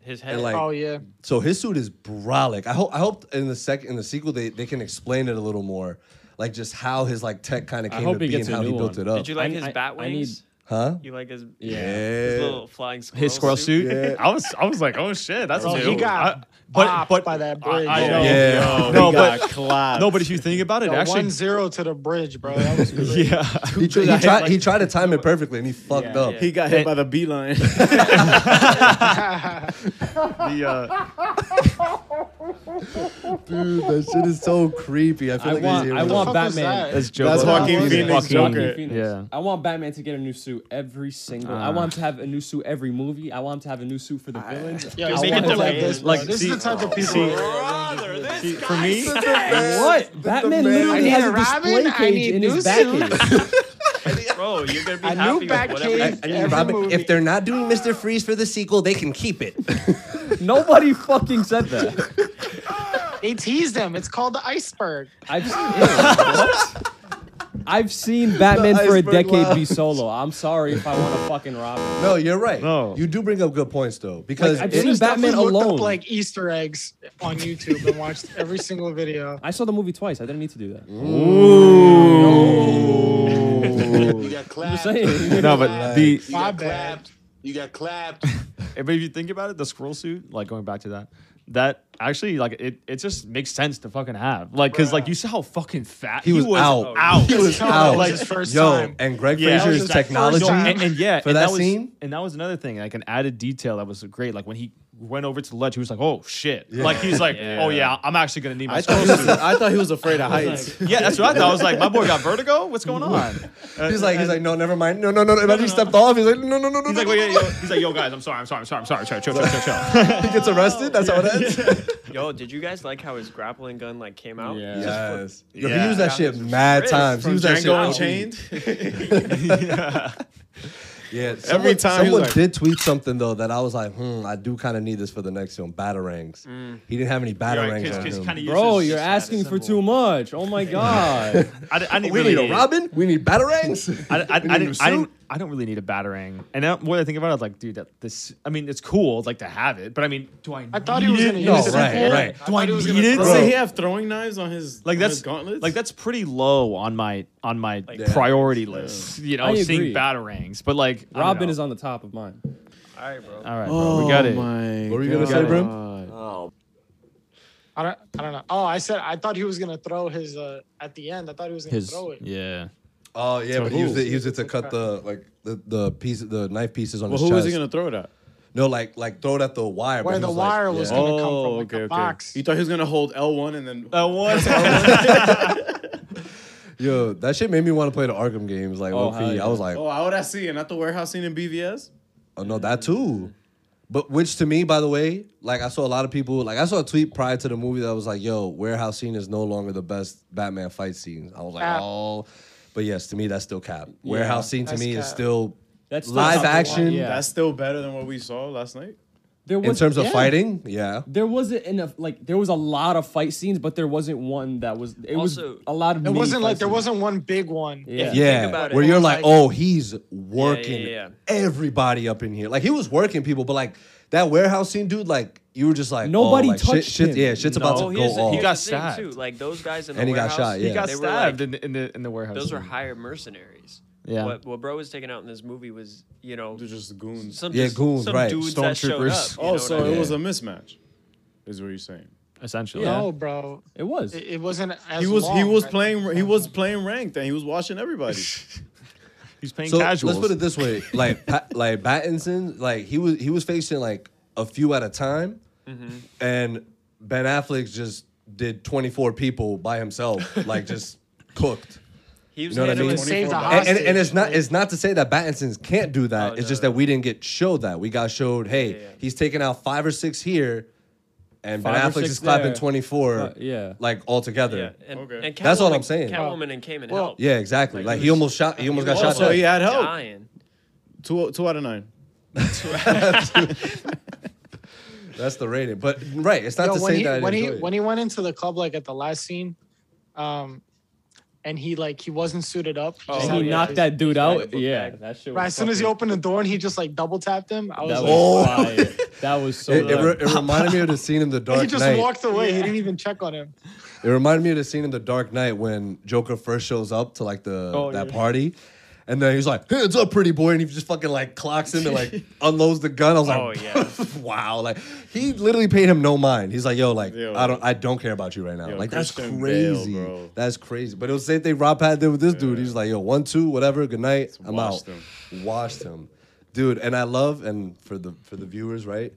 K: His head.
F: like-
E: oh yeah.
F: so his suit is brolic. I hope I hope in the sec in the sequel they, they can explain it a little more, like just how his like tech kind of
C: I
F: came to
C: hope he
F: be
C: gets
F: and
C: a
F: how he
C: new
F: built
C: one.
F: it up.
K: did you like
C: I-
K: his
C: I-
K: bat
C: I need-
K: wings?
F: huh?
K: you like his
F: Oh, Yeah.
K: his little flying squirrel
B: his squirrel suit. I was I was like, oh shit, that's
E: Bro,
B: new.
E: he got
B: I- but
E: bopped
B: but
E: by that bridge.
B: I, I
E: Yeah.
B: know.
F: Yeah.
G: Oh,
B: No,
G: he
B: but-
G: got clapped.
B: No, but if you think about it,
E: The
B: actually,
E: one zero to the bridge, bro. That was crazy.
B: yeah.
F: He, tri- he tried he tried to time it perfectly and he fucked up.
K: yeah.
G: he got hit by the beeline.
B: The, uh,
F: Dude, that shit is so creepy. I feel
C: I
F: like
C: want-
F: he's
C: I
F: here.
C: want
E: What the fuck was
C: Batman.
E: that?
B: that's Joker.
G: That's Joaquin
B: Yeah.
G: Phoenix
B: Joaquin.
G: Joker.
C: Phoenix.
B: Yeah.
C: I want Batman to get a new suit every single. I want him to have a new suit every movie. I want him to have a new suit for the villains.
E: Yeah, I
K: Just
E: want
K: make it
E: people
K: the
E: like
K: main-
E: this.
B: like,
E: Like this
B: see-
E: is the type of people.
B: For me,
C: What? Batman
E: I
C: literally
E: need
C: has
E: a
C: a display
E: Robin, I
C: cage
E: need
C: in
E: new
C: his back cage.
K: Bro, you're gonna be
E: A new
K: happy with
E: bat
K: whatever.
E: cave.
K: you-
F: I mean,
E: every
F: Robin,
E: movie.
F: if they're not doing Mr. Freeze for the sequel, they can keep it.
C: Nobody fucking said that.
E: They tease them. It's called the iceberg.
C: I've seen, What? I've seen Batman for a
F: iceberg
C: decade
F: laugh.
C: be solo. I'm sorry if I want to fucking Robin.
F: no, you're right.
B: No.
F: You do bring up good points though. Because
C: I've
F: it-
C: seen Batman
E: Definitely looked
C: alone.
E: Up, like Easter eggs on YouTube and watched every single video.
C: I saw the movie twice. I didn't need to do that.
H: You got clapped.
C: Saying.
B: no, but the
H: You
E: My
H: got
E: bad.
H: clapped. You got clapped.
B: But if you think about it, the squirrel suit, like going back to that, that actually like it, it just makes sense to fucking have. Like, cause like you saw how fucking fat
F: He was out.
B: out.
F: he was
E: Tell him
F: out.
E: that was his first
F: yo,
E: time.
F: and Greg
B: Yeah. That was
F: Fraser's
B: his
E: first
F: technology
E: time.
B: and, and yeah,
F: for
B: and
F: that
B: was,
F: scene?
B: and that was another thing, like an added detail that was great. Like when he went over to the ledge, he was like, "Oh shit!" Like he's like, "Oh yeah, I'm actually gonna need my."
A: I thought, he
B: spacesuit."
A: was, I thought he was afraid of heights.
B: yeah, that's what I thought. I was like, "My boy got vertigo. What's going on?"
F: he's like, he's like, no, never mind. No, no, no. Imagine he stepped off. He's like, no, no, no, no.
B: He's
F: no,
B: like,
F: no,
B: wait,
F: no.
B: yo, he's like, yo, guys, I'm sorry, I'm sorry, I'm sorry, I'm sorry, chill, chill, chill, chill, chill.
F: he gets arrested. That's how it ends.
K: Yo, did you guys like how his grappling gun like came out?
G: Yeah.
K: Just flipped
F: Yes. Yo,
B: Yeah.
F: He used that
K: Got
F: shit
K: his
F: mad
K: wrist
F: times. He
G: From
F: used that shit.
G: Django
F: all week.
G: Unchained.
F: Yeah.
G: Every
F: someone-
G: time he was
F: Someone
G: like-
F: did tweet something though that I was like, hmm, I do kind of need this for the next film. Batarangs. He didn't have any batarangs
B: Because- because
F: on him.
B: kinda uses-
C: Bro, you're asking for too much. Oh my god.
B: I, I didn't
F: we
B: really
F: need a Robin. We need batarangs.
B: I, I, I,
F: we need a new
B: didn't, I,
F: suit.
B: didn't, I don't really need a batarang. And now, what I think about it, I was like, dude, that this. I mean, it's cool, like to have it, but I mean, do I?
E: I thought he was
B: need
E: gonna
B: it?
E: use
F: No,
E: it.
F: right,
E: Yeah.
F: right.
E: I
B: Do I
E: thought he was
B: need
E: gonna
B: it?
F: Bro.
G: Does he have throwing knives on his
B: Like
G: on
B: that's
G: his gauntlets?
B: like that's pretty low on my on my
K: Yeah.
B: priority list. You know,
C: I agree.
B: seeing batarangs, but like I don't
C: Robin
B: know.
C: is on the top of mine.
K: it. All right, bro.
B: All right, bro,
F: Oh
B: we got it.
G: my
F: What were you gonna
B: say, Brim?
G: God.
F: Oh,
E: I don't, I don't know. Oh, I said I thought he was gonna throw his uh, at the end. I thought he was gonna
B: His
E: throw it.
B: yeah.
F: Oh yeah, but he
B: who?
F: used it. He used it to cut the like the the piece the knife pieces on
G: Well,
F: his
G: who was
F: chest.
G: he gonna throw it at?
F: No, like like throw it at the wire. but
E: Where
F: he
E: the
F: was
E: wire
F: like,
E: was
F: yeah.
E: gonna come from like
G: Oh, okay,
E: a
G: okay.
E: box.
G: You thought he was gonna hold L one and then
B: That was
F: Yo, that shit made me want to play the Arkham games. Like
C: Oh,
F: OP,
C: hell yeah.
F: I was like,
G: oh, how would I see it? Not the warehouse scene in BVS.
F: Oh no, that too. But which to me, by the way, like I saw a lot of people, like I saw a tweet prior to the movie that was like, "Yo, warehouse scene is no longer the best Batman fight scene." I was like,
E: Cap.
F: "Oh," but yes, to me that's still cap. warehouse scene to
E: that's
F: me is
E: cap.
F: still
C: That's still
F: live
C: top of mine.
F: action
C: Yeah.
G: That's still better than what we saw last night.
C: There
F: in terms of
C: yeah.
F: fighting. Yeah,
C: There wasn't enough like there was a lot of fight scenes, but there wasn't one that was it was
K: Also-
C: a lot of
E: It
C: mini
E: wasn't like
C: fight
E: there
C: scenes.
E: wasn't one big one.
C: yeah.
F: yeah.
K: about it,
F: Where
K: it
F: you're
K: was
F: like,
K: like-
F: "Oh, he's working
K: yeah.
F: everybody up in here." Like he was working people, but like that warehouse scene, dude. Like you were just like, oh,
C: Nobody
F: like,
C: touched
F: shit,
C: him.
F: Shit, yeah, shit's about
K: Well,
F: to go
K: here's the,
F: off.
K: here's
B: got
K: the thing, too.
B: stabbed.
K: Like those guys in the
F: And he got
K: warehouse,
F: shot, yeah.
B: He got
K: they were, like,
B: stabbed in, the, in the in the warehouse.
K: those were hired mercenaries.
B: Yeah.
K: What what bro was taking out in this movie was you know
G: They're just goons.
K: some
F: Yeah,
K: just-
F: goons,
K: some
F: right,
K: dudes that showed up.
F: stormtroopers.
K: you know
G: Oh,
K: what I
G: so
K: mean?
G: it was a mismatch, is what you're saying.
B: essentially.
E: No, bro.
C: It was.
E: It, it wasn't as
G: He was he
E: long,
G: was
E: right?
G: playing he was playing ranked and he was watching everybody.
B: He's playing
F: so
B: casuals.
F: let's put it this way: like, Pat, like Pattinson, like he was he was facing like a few at a time, and Ben Affleck just did twenty four people by himself, like just cooked.
K: He was
F: You know what I
K: handling
F: mean?
E: It saved a
K: 24
F: And,
E: hostage.
F: and, and it's not it's not to say that Pattinson's can't do that.
K: Oh,
F: it's
K: no,
F: just
K: no.
F: that we didn't get showed that. We got showed, hey,
K: yeah.
F: he's taking out five or six here, and Ben
C: Five or
F: Affleck's
C: six
F: is clapping
C: there.
F: twenty four,
C: Uh, yeah.
F: like all together.
K: Yeah,
F: Yeah.
K: and,
G: Okay.
K: and
F: That's all
K: Catwoman-
F: I'm saying.
K: Catwoman and came and
E: Well,
K: helped.
F: exactly.
K: Like,
F: Like,
K: he
F: he
K: was-
F: almost shot. He almost got shot.
G: also,
F: dead.
G: he had help.
K: Dying.
G: Two two out of nine.
F: That's the rating. But right, it's not
E: Yo,
F: to
E: when
F: say
E: he,
F: that I
E: when
F: didn't
E: he
F: enjoy it.
E: when he went into the club like at the last scene, um, and he like he wasn't suited up. He
C: And
E: just had,
C: Oh, he
E: like,
C: knocked
E: his-
C: that dude
K: right,
C: out.
K: but
C: Yeah,
K: back-
C: that shit.
E: Right,
C: was
E: as soon as he
C: fucking-
E: opened the door and he just like double tapped him, I was
C: that was
E: like,
C: fire. That was so.
F: It, it,
C: good.
F: re- it reminded me of the scene in the Dark
E: he just
F: Knight.
E: walked away. He didn't even check on him.
F: It reminded me of the scene in the Dark Knight when Joker first shows up to like the
G: Oh,
F: that party, and then he's like, "Hands up, pretty boy," and he just fucking like clocks him and like unloads the gun. I was
K: Oh,
F: like,
K: yeah.
F: wow!" Like he literally paid him no mind. He's like, "Yo, like
G: Yo.
F: I don't, I don't care about you right now."
G: Yo,
F: like that's
G: Christian Bale,
F: crazy.
G: bro.
F: that's crazy. But it was the same thing Rob Pat did with this dude. He's like, "Yo, one, two, whatever. Good night. I'm
G: washed
F: out." Washed him, dude. And I love and for the for the viewers, right?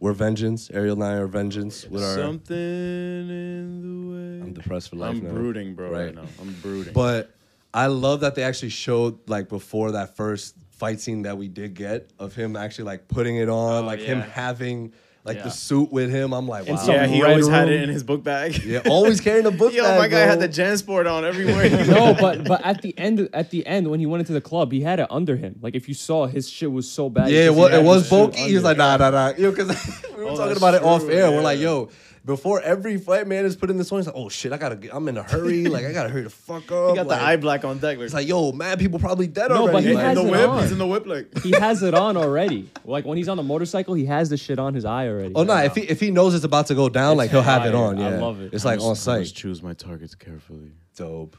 F: We're vengeance. Ariel and I are vengeance with our.
G: Something in the way.
F: I'm depressed for life
G: I'm
F: now.
G: brooding, bro. Right.
F: Right.
G: now, I'm brooding.
F: But I love that they actually showed like before that first fight scene that we did get of him actually like putting it on,
K: Oh,
F: like
K: yeah.
F: him having like
B: Yeah.
F: the suit with him. I'm like, wow.
C: And some
G: Uh, yeah, he
C: Red
G: always had
C: Room.
G: it in his book bag.
F: yeah, always carrying a book
G: Yo,
F: bag.
G: my guy had
F: bro.
G: the JanSport on everywhere.
C: no, but but at the end, at the end, when he went into the club, he had it under him. Like if you saw, his shit was so bad.
F: Yeah, it
C: because he
F: was,
C: had
F: it
C: his
F: was
C: shit
F: bulky. He was
C: under.
F: like, nah, nah, nah. You know, because we were
G: Oh,
F: talking
G: that's
F: about it off
G: true,
F: air. We're like,
G: yeah.
F: yo, before every fight, man is put in this one, he's like, oh shit, I gotta, get, I'm in a hurry. Like, I gotta hurry the fuck up.
G: he got the
F: like-
G: eye black on deck. Like,
F: It's like, yo, mad people probably dead
C: No, but
F: already.
C: he
F: like,
C: has
G: in the
C: it
G: whip.
C: on.
G: He's in the whip. Like,
C: he has it on already. Like when he's on the motorcycle, he has the shit on his eye already.
F: Oh no! If he if he knows it's about to go down, like he'll have it
C: fire.
F: on.
C: I
F: Yeah,
C: love it.
F: It's like on
G: I must
F: site.
G: choose my targets carefully.
F: Dope,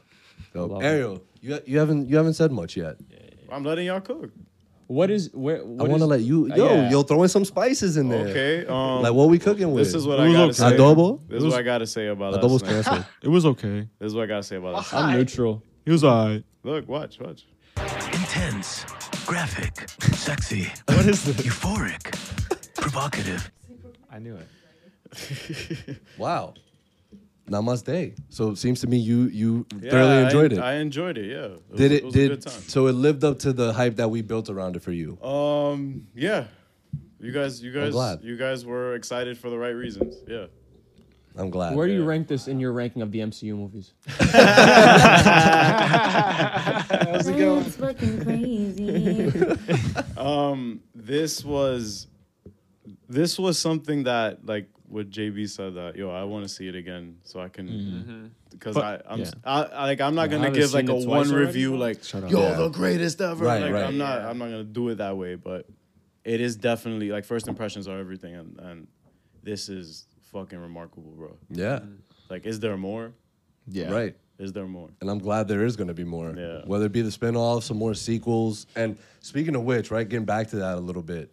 F: dope.
C: love it.
F: Ariel, you you haven't you haven't said much yet.
G: I'm letting y'all cook.
C: What is where?
F: I
C: What
F: want to
C: is-
F: let you.
C: uh,
F: Yo,
C: yeah.
F: yo, throw in some spices in there.
G: Okay. Um,
F: Like what we cooking with?
G: this is what I gotta say.
F: Adobo.
G: This is what I gotta say about that.
F: Adobo's
G: snack.
F: canceled.
B: It was okay.
G: This is what I gotta say about that.
C: I'm neutral.
B: It was alright.
G: Look, watch, watch.
H: Intense, graphic, sexy,
B: What is this?
H: euphoric, provocative,
B: I knew it.
F: Wow. Namaste. So it seems to me you you thoroughly enjoyed
G: I,
F: it.
G: I enjoyed it. Yeah. It was-
F: did
G: it?
F: it,
G: was
F: did
G: a good time.
F: so it lived up to the hype that we built around it for you.
G: Um. Yeah. You guys. You guys.
F: glad.
G: You guys were excited for the right reasons. Yeah.
F: I'm glad.
C: Where do you rank this in your ranking of the MCU movies?
G: that
H: was a good one. Life's fucking crazy.
G: um, this was, this was something that like what JB said that yo, I want to see it again so I can, because
B: Mm-hmm. But-
G: I I'm
B: yeah.
G: I, I- like I'm not
B: Yeah, I
G: gonna
B: haven't
G: give like
B: seen
G: a
B: it twice
G: one
B: already,
G: review
B: though.
G: like
B: Shut up.
G: yo
B: Yeah.
G: the greatest ever.
B: Right,
G: like,
B: right.
G: I'm not I'm not gonna do it that way, but it is definitely like first impressions are everything, and, and this is fucking remarkable, bro.
F: Yeah.
C: Mm.
G: Like, is there more?
B: Yeah.
F: Right.
G: Is there more?
F: And I'm glad there is going to be more.
G: Yeah.
F: Whether it be the spinoffs, some more sequels. And speaking of which, right, getting back to that a little bit,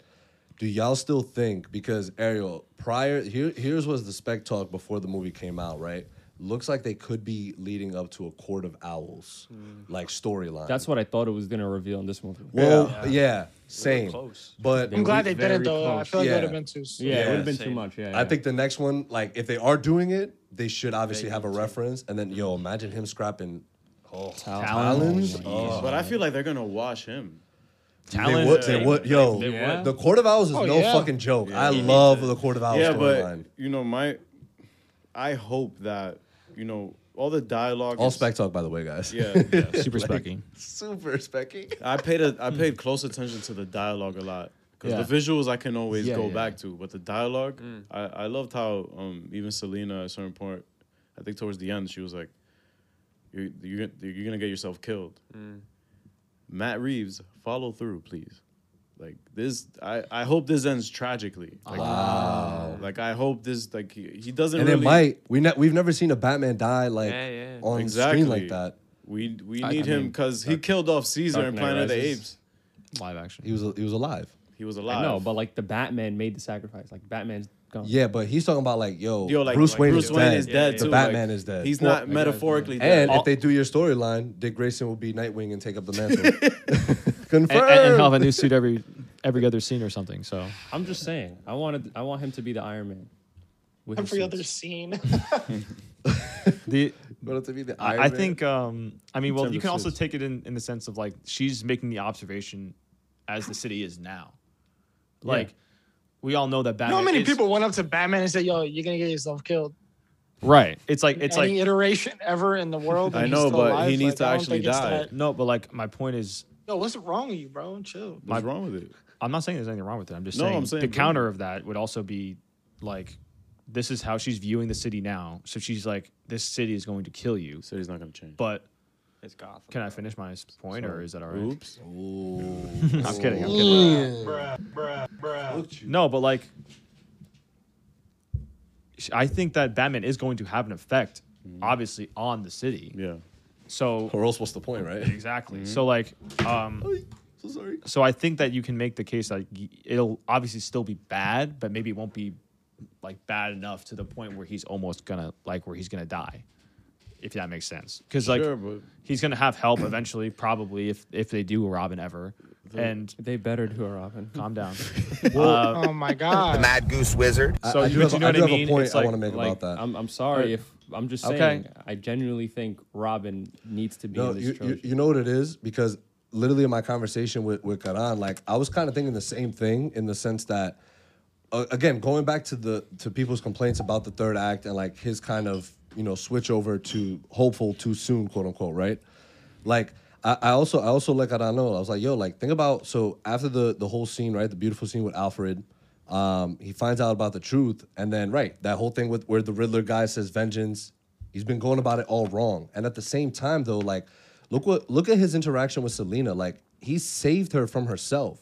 F: do y'all still think, because Ariel, prior, here, here's was the spec talk before the movie came out, right? Looks like they could be leading up to a Court of Owls, like storyline.
C: That's what I thought it was gonna reveal in this movie.
F: Well, yeah, same. But
C: They I'm glad were they didn't, very though. I close. feel like it
F: Yeah.
C: would've been too soon. Yeah, it would've been too Same. much. Yeah,
F: I
C: yeah.
F: think the next one, like if they are doing it, they should obviously have a reference. And then, yo, imagine him scrapping. Oh, Talon. Talons. Oh.
G: But I feel like they're gonna wash him.
F: They would, they would, yo.
G: They would.
F: The Court of Owls is
G: Oh,
F: no
G: yeah.
F: fucking joke.
G: Yeah.
F: I
G: He
F: love the Court of Owls
G: yeah, but
F: storyline.
G: you know, my, I hope that you know all the dialogue.
F: All
G: is-
F: spec talk, by the way, guys.
G: Yeah, yeah.
F: Super specking.
G: I paid a, I paid close attention to the dialogue a lot because
F: Hmm. Yeah.
G: the visuals I can always
F: Yeah,
G: go
F: yeah.
G: back to, but the dialogue, I, I loved how um even Selena at a certain point, I think towards the end, she was like, "You you you're gonna get yourself killed." Matt Reeves, follow through, please. Like this, I, I hope this ends tragically. Like,
F: Wow.
G: Like I hope this like he, he doesn't
F: And
G: really
F: it might. We ne- we've never seen a Batman die like
G: Yeah, yeah.
F: on
G: Exactly.
F: screen like that.
G: We we need
F: I- I
G: him
F: mean,
G: because he killed off Caesar in Planet of the Apes.
B: Live action.
F: He was he was alive.
G: He was
C: I
G: alive.
C: know, but like the Batman made the sacrifice. Like Batman's gone.
F: Yeah, but he's talking about like yo,
C: Yo, like-
F: Bruce
C: like
F: Wayne,
C: Bruce
F: is,
C: Wayne
F: dead.
C: is dead,
F: The
C: too,
F: Batman
C: like,
F: is dead.
G: he's not Well, I guess, metaphorically yeah. dead.
F: And if they do your storyline, Dick Grayson will be Nightwing and take up the mantle. Confirmed.
B: And, and, and he'll have a new suit every every other scene or something. So
C: I'm just saying. I wanted. I want him to be the Iron Man. With his
E: Every
C: suits.
E: other scene.
B: the
F: But to be the
B: I,
F: Iron
B: I
F: Man.
B: think um, I mean
F: In
B: well
F: terms
B: you
F: of
B: can also
F: suits.
B: take it in, in the sense of like she's making the observation as the city is now. Like we all know that
E: You
B: Batman
E: know how many
B: is-
E: people went up to Batman and said, "Yo, you're gonna get yourself killed."
B: Right. It's like it's
E: Any
B: like
E: iteration ever in the world. and he's still alive, like, I don't think it's that-
B: No, but like my point is
E: Yo, what's wrong with you, bro? Chill.
B: my,
G: wrong with it?
B: I'm not saying there's anything wrong with it. I'm just
G: No,
B: saying,
G: I'm saying
B: the
G: bring
B: counter of that would also be like, this is how she's viewing the city now. So she's like, this city is going to kill you.
G: City's not going to change.
B: But
K: It's Gotham.
B: can I finish my s- point, or is that all right?
G: Oops.
B: I'm kidding. I'm kidding. No, but like, sh- I think that Batman is going to have an effect, obviously, on the city.
G: Mm-hmm. Yeah. mm-hmm.
B: So
F: or else what's the point, right?
B: Exactly. So like, um,
F: so sorry.
B: So I think that you can make the case like y- it'll obviously still be bad, but maybe it won't be like bad enough to the point where he's almost gonna like where he's gonna die, if that makes sense. Because like
G: Sure, but-
B: he's gonna have help eventually, probably if if they do a Robin ever.
C: They-
B: and
C: they better do a Robin.
B: Calm down. Uh,
E: oh my god.
C: Goose Wizard.
B: So you, but you know what I mean? It's like- like,
C: that. I'm, I'm sorry
B: Uh,
C: if I'm just
B: okay.
C: saying. I genuinely think Robin needs to be
F: No,
C: in this
F: you, you,
C: trilogy.
F: you know what it is because literally in my conversation with with Karan, like I was kind of thinking the same thing in the sense that uh, again going back to the to people's complaints about the third act and like his kind of you know switch over to hopeful too soon quote unquote right like I, I also I also let Karan know I was like yo like think about so after the the whole scene right the beautiful scene with Alfred. Um, he finds out about the truth, and then right that whole thing with where the Riddler guy says vengeance, He's been going about it all wrong. And at the same time, though, like look what look at his interaction with Selena. Like he saved her from herself,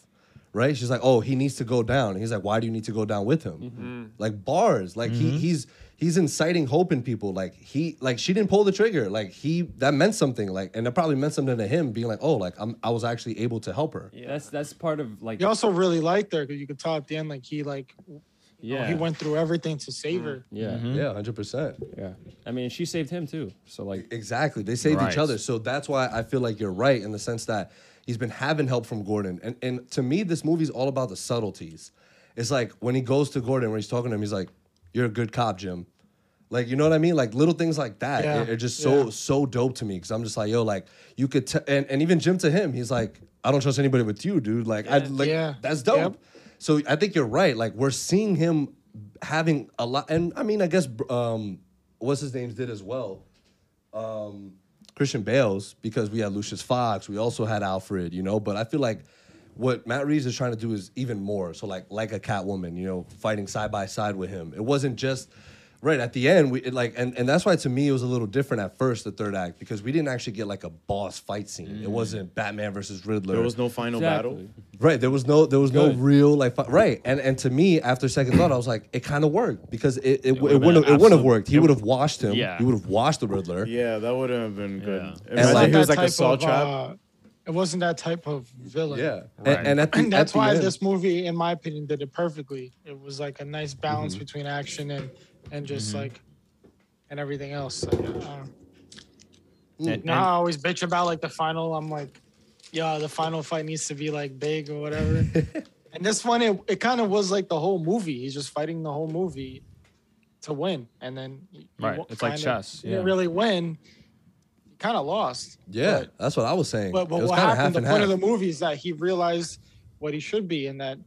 F: right? She's like, oh, he needs to go down. He's like, why do you need to go down with him? Like bars. Like he he's he's inciting hope in people. Like he like she didn't pull the trigger. Like he that meant something. Like and that probably meant something to him, being like, oh, like I'm I was actually able to help her.
C: That's that's part of like.
E: You also really liked her because you could tell at the end, like he like, you know, he
C: Yeah.
E: went through everything to save her.
C: Yeah.
F: Yeah, hundred percent.
C: Yeah. I mean, she saved him too. So like
F: exactly, they saved
C: Right.
F: each other. So that's why I feel like you're right in the sense that he's been having help from Gordon. And and to me, this movie's all about the subtleties. it's like when he goes to Gordon, when he's talking to him, he's like, "You're a good cop, Jim." Like you know what I mean? Like little things like that
E: Yeah.
F: are- are just so
E: Yeah.
F: so dope to me because I'm just like, yo, like you could tell, and, and even Jim to him, he's like, I don't trust anybody with you, dude. Like I like
E: Yeah.
F: that's dope. So I think you're right. Like we're seeing him having a lot, and I mean, I guess um, what's his names did as well. Um, Christian Bales because we had Lucius Fox, we also had Alfred, you know. But I feel like what Matt Reeves is trying to do is even more. So like like a Catwoman, you know, fighting side by side with him. It wasn't just right at the end. We it like and and that's why to me it was a little different at first the third act because we didn't actually get like a boss fight scene. It wasn't Batman versus Riddler.
G: Mm. There was no final
F: Exactly.
G: battle.
F: Right. There was no there was
G: Good.
F: no real like fi- right. And and to me, after second thought, I was like, it kind of worked because it it, w-
G: would've
F: it
G: been
F: wouldn't
G: an
F: it would have
G: absolute-
F: worked. He
G: it-
F: would have washed him.
G: Yeah.
F: He would have washed the Riddler.
G: Yeah, that would have been good.
F: And
G: Imagine
F: like-
G: he was
E: that
G: like a
E: type
G: saw
E: of,
G: trap.
E: uh, it wasn't that type of villain.
F: Yeah. And- Right. and at the-
E: that's
F: at the
E: why
F: end-
E: this movie, in my opinion, did it perfectly. It was like a nice
B: Mm-hmm.
E: balance between action and and just
B: Mhm.
E: like and everything else. Like, I don't know.
B: And-
E: Now I always bitch about like the final. I'm like, yeah, the final fight needs to be like big or whatever. and this one, it, it kind of was like the whole movie. He's just fighting the whole movie to win, and then you, you
B: Right,
E: wa-
B: it's like
E: kinda-
B: chess,
E: You
B: yeah.
E: didn't really win. You kind of lost.
F: Yeah,
E: But,
F: that's what I was saying.
E: but, but
F: it was
E: what
F: kind of half
E: happened? The
F: and
E: point
F: half.
E: of the movie is that he realized what he should be, and that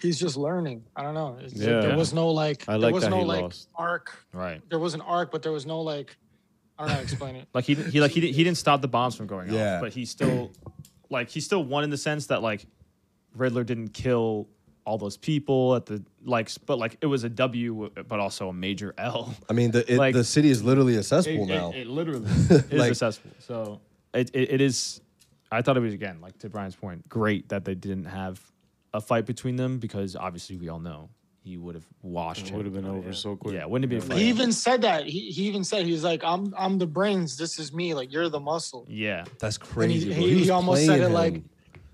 E: he's just learning. I don't know. It's-
G: Yeah.
E: There was no like.
G: I
E: there
G: like
E: was
G: that
E: no
G: he
E: like
G: lost.
E: arc.
B: Right.
E: There was an arc, but there was no like. I don't know how to explain it.
B: Like he didn't- he like he didn't, he didn't stop the bombs from going
F: Yeah.
B: off, but he still like he still won in the sense that like Riddler didn't kill all those people at the like s- but like it was a W but also a major L.
F: I mean, the it,
B: Like-
F: the city is literally a cesspool
B: It- it-
F: now.
B: it literally
F: Like-
B: is a cesspool. So it, it it is I thought it was again like to Brian's point, great that they didn't have a fight between them because obviously we all know he would have washed
G: It
B: him. Oh,
G: would have been over so quick.
B: Yeah, wouldn't it be a fight?
E: He even said that. He, he even said he's like, I'm I'm the brains. This is me. Like you're the muscle.
B: yeah.
F: That's crazy.
E: And
F: bro.
E: he, he,
F: was
E: he almost said
F: playing
E: it
F: him.
E: like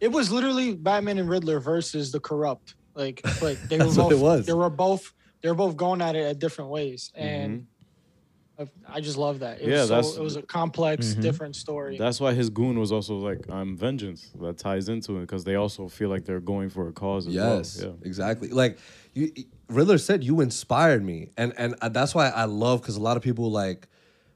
E: it was literally Batman and Riddler versus the corrupt. Like, but they were
F: That's
E: both.
F: what it was.
E: They were both. They were both going at it at different ways,
F: Mm-hmm.
E: and I I just love that. It
G: Yeah,
E: was so,
G: that's-
E: it was a complex,
F: Mm-hmm.
G: Mhm.
E: different story.
G: That's why his goon was also like, "I'm vengeance." That ties into it because they also feel like they're going for a cause. As
F: Yes,
G: Well. Yeah.
F: exactly. Like you, Riddler said, you inspired me, and and uh, that's why I love because a lot of people like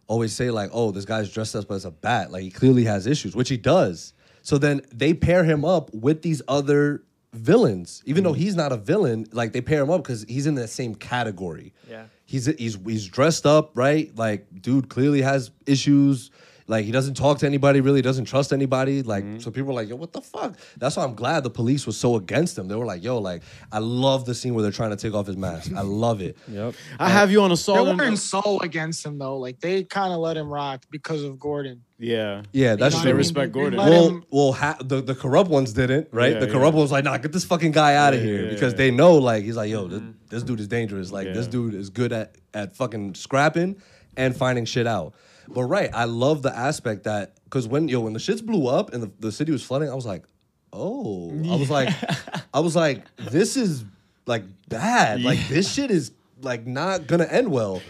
F: always say like, oh, this guy's dressed up as a bat. Like he clearly has issues, which he does. So then they pair him up with these other villains, even though he's not a villain. Like they pair him up because he's in the same category.
K: Yeah.
F: He's he's he's dressed up, right? Like dude clearly has issues. Like he doesn't talk to anybody, really doesn't trust anybody. Like so people are like, yo, what the fuck? That's why I'm glad the police was so against him. They were like, yo, like I love the scene where they're trying to take off his mask. I love it.
G: Yep. I have you on
E: They
G: assault. and-
E: weren't soul against him though. Like they kind of let him rock because of Gordon.
G: Yeah.
F: Yeah, that's true.
E: know what I mean?
G: respect
E: They
G: Gordon.
E: let
F: Well,
E: him-
F: well, ha- the the corrupt ones didn't, right?
G: Yeah,
F: the
G: yeah.
F: corrupt ones like, nah, get this fucking guy out of
G: Yeah,
F: here
G: yeah,
F: because
G: yeah.
F: they know, like, he's like, yo, th- this dude is dangerous. Like, this
G: Yeah.
F: dude is good at at fucking scrapping and finding shit out. But right, I love the aspect that because when yo when the shits blew up and the, the city was flooding, I was like, oh, I was like, I was like, this is like bad. Like this shit is like not gonna end well,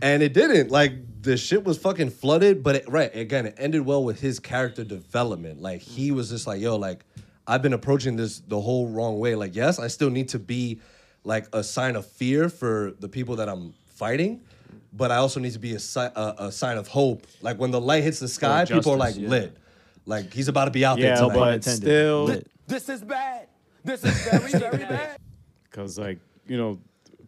F: and it didn't. Like the shit was fucking flooded, but it, right again, it ended well with his character development. Like he was just like, yo, like I've been approaching this the whole wrong way. Like yes, I still need to be like a sign of fear for the people that I'm fighting. But I also need to be a, si- a, a sign of hope. Like when the light hits the sky, people are like
B: justice, yeah.
F: lit. Like he's about to be out
G: Yeah,
F: there tonight.
G: but still-
H: This is bad. This is very, very bad.
G: Cause like you know,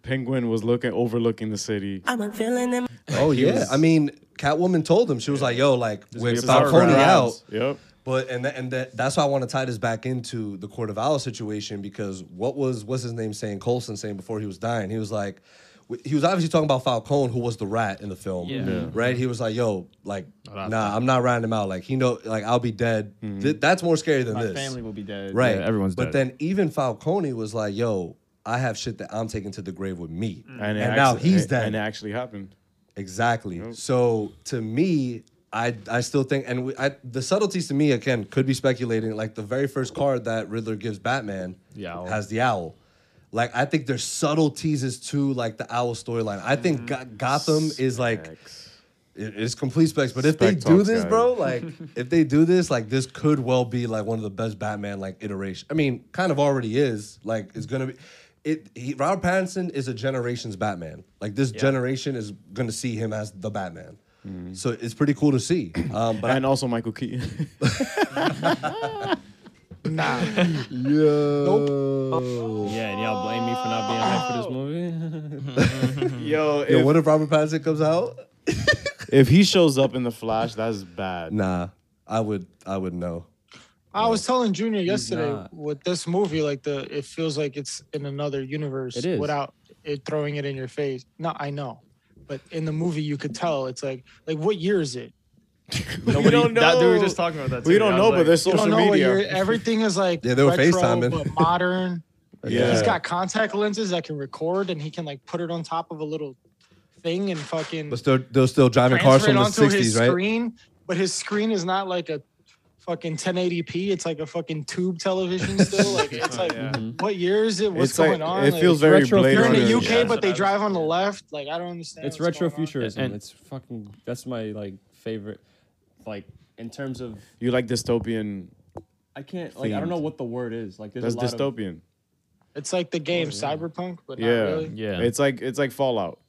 G: Penguin was looking overlooking the city.
D: I'm a villain in
F: Oh
G: He
F: yeah,
G: was-
F: I mean, Catwoman told him she was like, "Yo, like we're
G: This is
F: about
G: our
F: phoning out."
G: grounds. Yep.
F: But and th- and that that's why I want to tie this back into the Court of Owls situation because what was what's his name saying Colson saying before he was dying? He was like, w- he was obviously talking about Falcone, who was the rat in the film,
B: Yeah. Yeah.
F: right? He was like, "Yo, like,
B: I-
F: nah, I'm not ratting him out. Like, he know, like, I'll be dead.
G: Mm-hmm.
F: Th- that's more scary than
B: My
F: this.
B: family will be dead.
F: Right.
B: Yeah, everyone's
F: But
B: dead.
F: then even Falcone was like, "Yo, I have shit that I'm taking to the grave with me."
G: And, it
F: And now
G: actually-
F: he's
G: and-
F: dead.
G: And it actually happened.
F: Exactly. So to me, I I still think, and we, I, the subtleties to me again could be speculating. Like the very first card that Riddler gives Batman
B: The owl.
F: has the owl. Like I think
B: Mm-hmm.
F: there's subtle teases to like the owl storyline. I think Go- Gotham is like It- It's complete specs, but if they
G: Spec
F: do
G: talks,
F: this,
G: guys.
F: bro, like if they do this, like this could well be like one of the best Batman like iteration. I mean, kind of already is. Like it's gonna be. It he, Robert Pattinson is a generation's Batman. Like this generation is gonna see him as the Batman. So it's pretty cool to see. Um, but
G: and also Michael Keaton.
E: Nah.
F: Yo.
C: Yeah, and y'all blame me for not being hyped for this Oh. movie.
G: Yo,
F: Yo,
G: if-
F: what if Robert Pattinson comes out?
G: if he shows up in the Flash, that's bad.
F: Nah, I would. I would know.
E: I was telling Junior yesterday
F: not.
E: with this movie, like the it feels like it's in another universe
F: It is.
E: without it throwing it in your face. No, I know, but in the movie you could tell it's like like what year is it?
K: Nobody,
G: don't
K: That, we were
G: know.
K: just talking about that.
G: We
K: too.
G: don't
K: I
G: know,
K: was
G: but
K: like-
G: there's
E: You
G: social
E: don't know what
G: media.
E: year. Everything is like
F: Yeah, they were
E: retro,
F: FaceTiming.
E: but modern.
G: yeah.
E: He's got contact lenses that can record, and he can like put it on top of a little thing and fucking
F: But still, they're still driving cars
E: transfer
F: from
E: it
F: the
E: onto his
F: '60s, right?
E: screen. But his screen is not like a fucking 1080p. It's like a fucking tube television still. Like it's like what year is it? What's
G: It's like-
E: going on?
G: it feels very
E: retro-
G: Blade
E: You're in the
G: Runner.
E: UK,
G: Yeah.
E: but they drive on the left. Like I don't understand.
C: it's
E: what's
C: retro
E: going on.
C: futurism.
B: And-
C: it's fucking. That's my like favorite. Like in terms of,
G: you like dystopian?
C: I can't. Like I don't
G: Themed.
C: know what the word is. Like there's
G: That's
C: a lot of.
G: dystopian.
E: It's like the game Cyberpunk, but
G: yeah,
E: not really.
B: Yeah.
G: It's like it's like Fallout.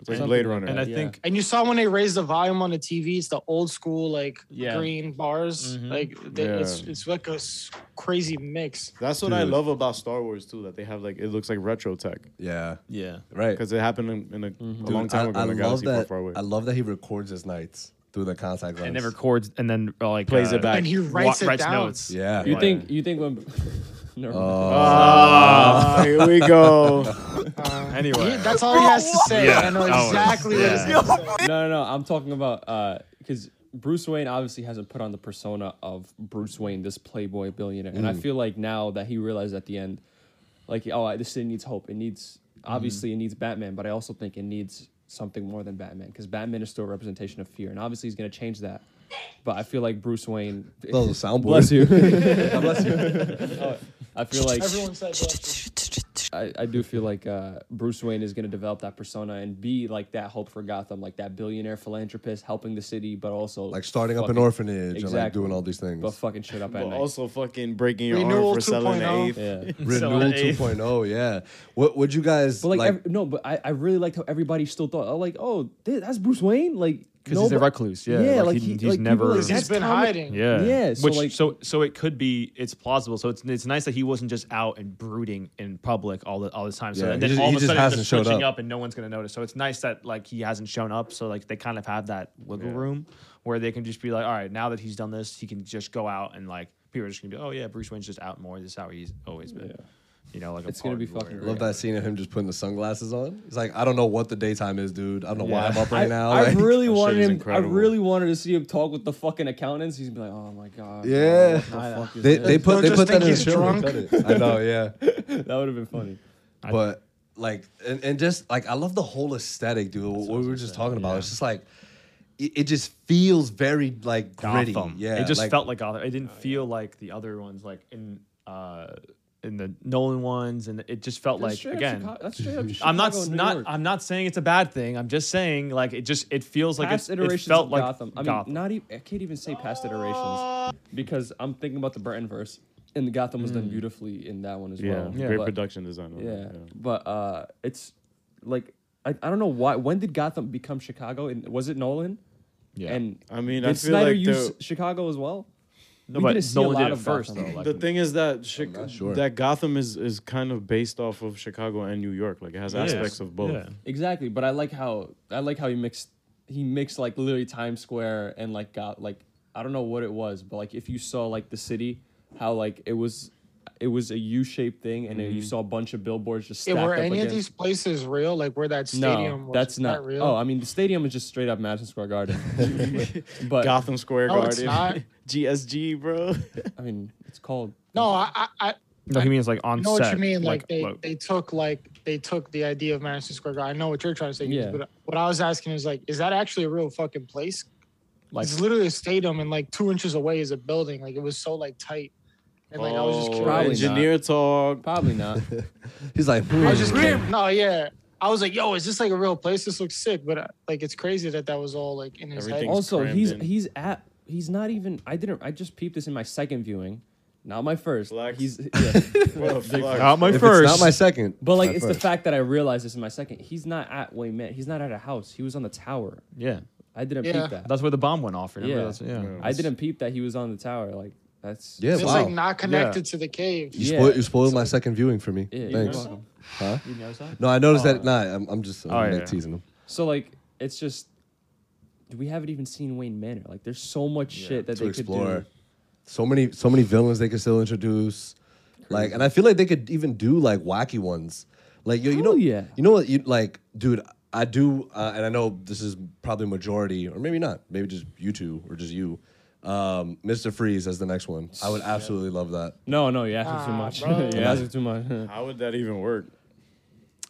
G: It's like
B: And-
G: Blade Runner.
B: and I
C: Yeah.
B: think
E: And you saw when they raised the volume on the TV, it's the old school like
C: Yeah.
E: green bars.
B: Mhm.
E: Like they, it's
G: Yeah.
E: it's like a s- crazy mix.
G: That's what I
F: Dude.
G: love about Star Wars too. That they have like it looks like retro tech
F: Yeah,
B: yeah.
F: right.
G: because it happened in, in a, a
F: Dude,
G: long time
F: I,
G: ago.
F: I
G: in a
F: love
G: galaxy far,
F: that.
G: far away.
F: I love that he records his nights through the contact lens.
B: And it records and then uh, like
G: Plays it back.
E: And he writes it down.
B: notes.
F: Yeah.
C: You think? You think when? Never mind.
G: Oh. Ah, here we go.
E: Um,
B: Anyway.
E: he- that's all he has to say.
B: Yeah,
E: I know
B: that was-
E: exactly what he's
B: yeah.
E: gonna say.
C: No, no, no. I'm talking about because Bruce Wayne obviously hasn't put on the persona of Bruce Wayne, this playboy billionaire, and I feel like now that he realized at the end, like, oh, I- this city needs hope. It needs obviously it needs Batman, but I also think it needs something more than Batman because Batman is still a representation of fear, and obviously he's gonna change that. But I feel like Bruce Wayne.
F: That was a soundboard.
C: Bless you.
F: God bless you.
C: I feel like
E: Everyone said that.
C: I, I do feel like uh, Bruce Wayne is going to develop that persona and be like that hope for Gotham, like that billionaire philanthropist helping the city, but also
F: Like starting up an
C: fucking-
F: orphanage and like
C: Exactly.
F: doing all these things.
C: but fucking shit up at
G: But
C: night.
G: also fucking breaking your
E: Renewal oh.
G: arm for selling
E: 2.0.
G: an eighth.
C: yeah,
F: Renewal 2.0, yeah. What would you guys
C: but like, ev- no, but I, I really liked how everybody still thought, oh, like, oh, th- that's Bruce Wayne, like
B: Because he's a
C: nobo-
B: recluse. Yeah.
C: yeah,
B: like,
C: like,
B: he-
C: he-
B: he's
C: like, people
B: never.
C: like-
E: He's
C: That's
E: been
C: common-
E: hiding.
B: yeah.
C: Yeah, so,
B: Which
C: like-
B: so so it could be it's plausible. So it's it's nice that he wasn't just out and brooding in public all the all the time. So
F: Yeah, he
B: then
F: just-
B: all
F: he
B: of a
F: just
B: sudden it's
F: hasn't
B: just
F: showed
B: switching
F: up.
B: up. and no one's gonna notice. So it's nice that like he hasn't shown up. So like they kind of have that wiggle room where they can just be like, all right, now that he's done this, he can just go out and like people are just gonna be, oh yeah, Bruce Wayne's just out more. This is how he's always been. You know, like a
C: It's gonna be
B: party
C: fucking
B: lawyer.
F: love that scene of him just putting the sunglasses on? He's like, I don't know what the daytime is, dude. I don't know why
C: Yeah.
F: I'm up
C: I,
F: right now.
C: I
F: like-
C: really
G: shit
C: wanted
G: is
C: him.
G: incredible.
C: I really wanted to see him talk with the fucking accountants. He's been like, "Oh my god,
F: Yeah.
C: what the fuck is
F: They,
C: this?"
F: they put
E: Don't
F: they
E: just
F: put that
E: think
F: in the
E: he's
F: trailer.
E: drunk.
F: Cut it. I know, yeah.
C: that would have been funny."
F: but like and, and just like I love the whole aesthetic, dude. What, we were just talking about. It's just like it, it just feels very like gritty.
B: Gotham.
F: Yeah,
B: it just felt like Gotham. It didn't
C: Oh,
B: feel like the other ones, like in uh in the Nolan ones, and it just felt
C: That's
B: like
C: straight up
B: again.
C: Chicago- that's straight up
B: I'm not
C: Chicago, New
B: not
C: York.
B: I'm not saying it's a bad thing. I'm just saying like it just it feels like it's,
C: past
B: it
C: iterations
B: felt
C: of
B: like
C: Gotham. I mean,
B: Gotham.
C: not even I can't even say past iterations because I'm thinking about the Burton verse, and the Gotham was
B: Mm.
C: done beautifully in that one as
G: Yeah,
C: well.
G: great
C: but,
G: production design. on that,
C: Yeah, but uh, it's like I, I don't know why. When did Gotham become Chicago? And was it Nolan?
B: Yeah.
C: And
G: I mean,
C: did
G: I feel
C: Snyder
G: like
C: use
G: the-
C: Chicago as well?
B: no,
C: we
B: but
C: didn't see a
B: Nolan
C: lot
B: did it
C: of
B: first
C: Gotham.
B: though. Like,
G: The thing is that Chi-
F: not sure.
G: that Gotham is is kind of based off of Chicago and New York. Like it has
B: Yeah.
G: aspects of both.
B: Yeah.
C: Exactly, but I like how I like how he mixed he mixed like literally Times Square and like got like I don't know what it was, but like if you saw like the city, how like it was it was a U shaped thing, and then you saw a bunch of billboards just
E: Yeah,
C: stacked
E: were
C: up
E: any of
C: against-
E: these places real? Like where that stadium
C: no,
E: was?
C: that's
E: is
C: not
E: that real?
C: Oh, I mean the stadium is just straight up Madison Square Garden, but
G: Gotham Square
E: No, Oh, it's
G: Garden,
E: not.
G: GSG, bro.
C: I mean it's called
E: no, I, I, I
B: no, he means like on
E: know
B: set.
E: what you mean. Like, they,
B: like-
E: they took like they took the idea of Madison Square Garden. I know what you're trying to say.
C: Yeah.
E: Yeah. But what I was asking is like, is that actually a real fucking place?
C: Like-
E: it's literally a stadium, and like two inches away is a building. Like it was so like tight, and like I was just
G: Oh,
E: curious.
C: Probably
G: engineer talk.
C: probably not.
F: he's like,
E: I
F: hmm.
E: was just curious. No, yeah. I was like, yo, is this like a real place? This looks sick. But uh, like, it's crazy that that was all like in his head.
C: Also, he's he's at he's not even. I didn't. I just peeped this in my second viewing, not my first. He's yeah.
G: Well,
C: Big
G: flex.
B: Not my
F: If it's first. not my second,
C: But like,
F: my
C: it's the
F: first.
C: fact that I realized this in my second. He's not at Wayne Man. He's not at a house. He was on the tower.
B: Yeah.
C: I didn't
E: Yeah.
C: peep that.
B: That's where the bomb went off. Remember?
C: yeah.
B: That's, yeah.
C: I didn't peep that he was on the tower. Like that's
E: it's like not connected to the cave.
F: You, spoil, you spoiled my second viewing for me.
C: Yeah, you're
F: Thanks.
C: welcome.
F: Huh?
C: You noticed that?
F: No, I noticed
C: Oh.
F: that. Nah, I'm, I'm just I'm
B: Oh, yeah,
F: like
B: yeah.
F: teasing him.
C: So like, it's just we haven't even seen Wayne Manor. Like, there's so much shit that
F: to
C: they
F: explore.
C: could do.
F: So many, so many villains they could still introduce. Like, and I feel like they could even do like wacky ones. Like, yo, you know, yeah. you know what, you like, dude. I do, uh, and I know this is probably majority, or maybe not, maybe just you two or just you. Um, Mr. Freeze as the next one. I would absolutely love that.
C: No, no, you're asking
G: Ah,
C: too
G: bro.
C: much. you're asking too much.
F: Uh,
G: How would that even work?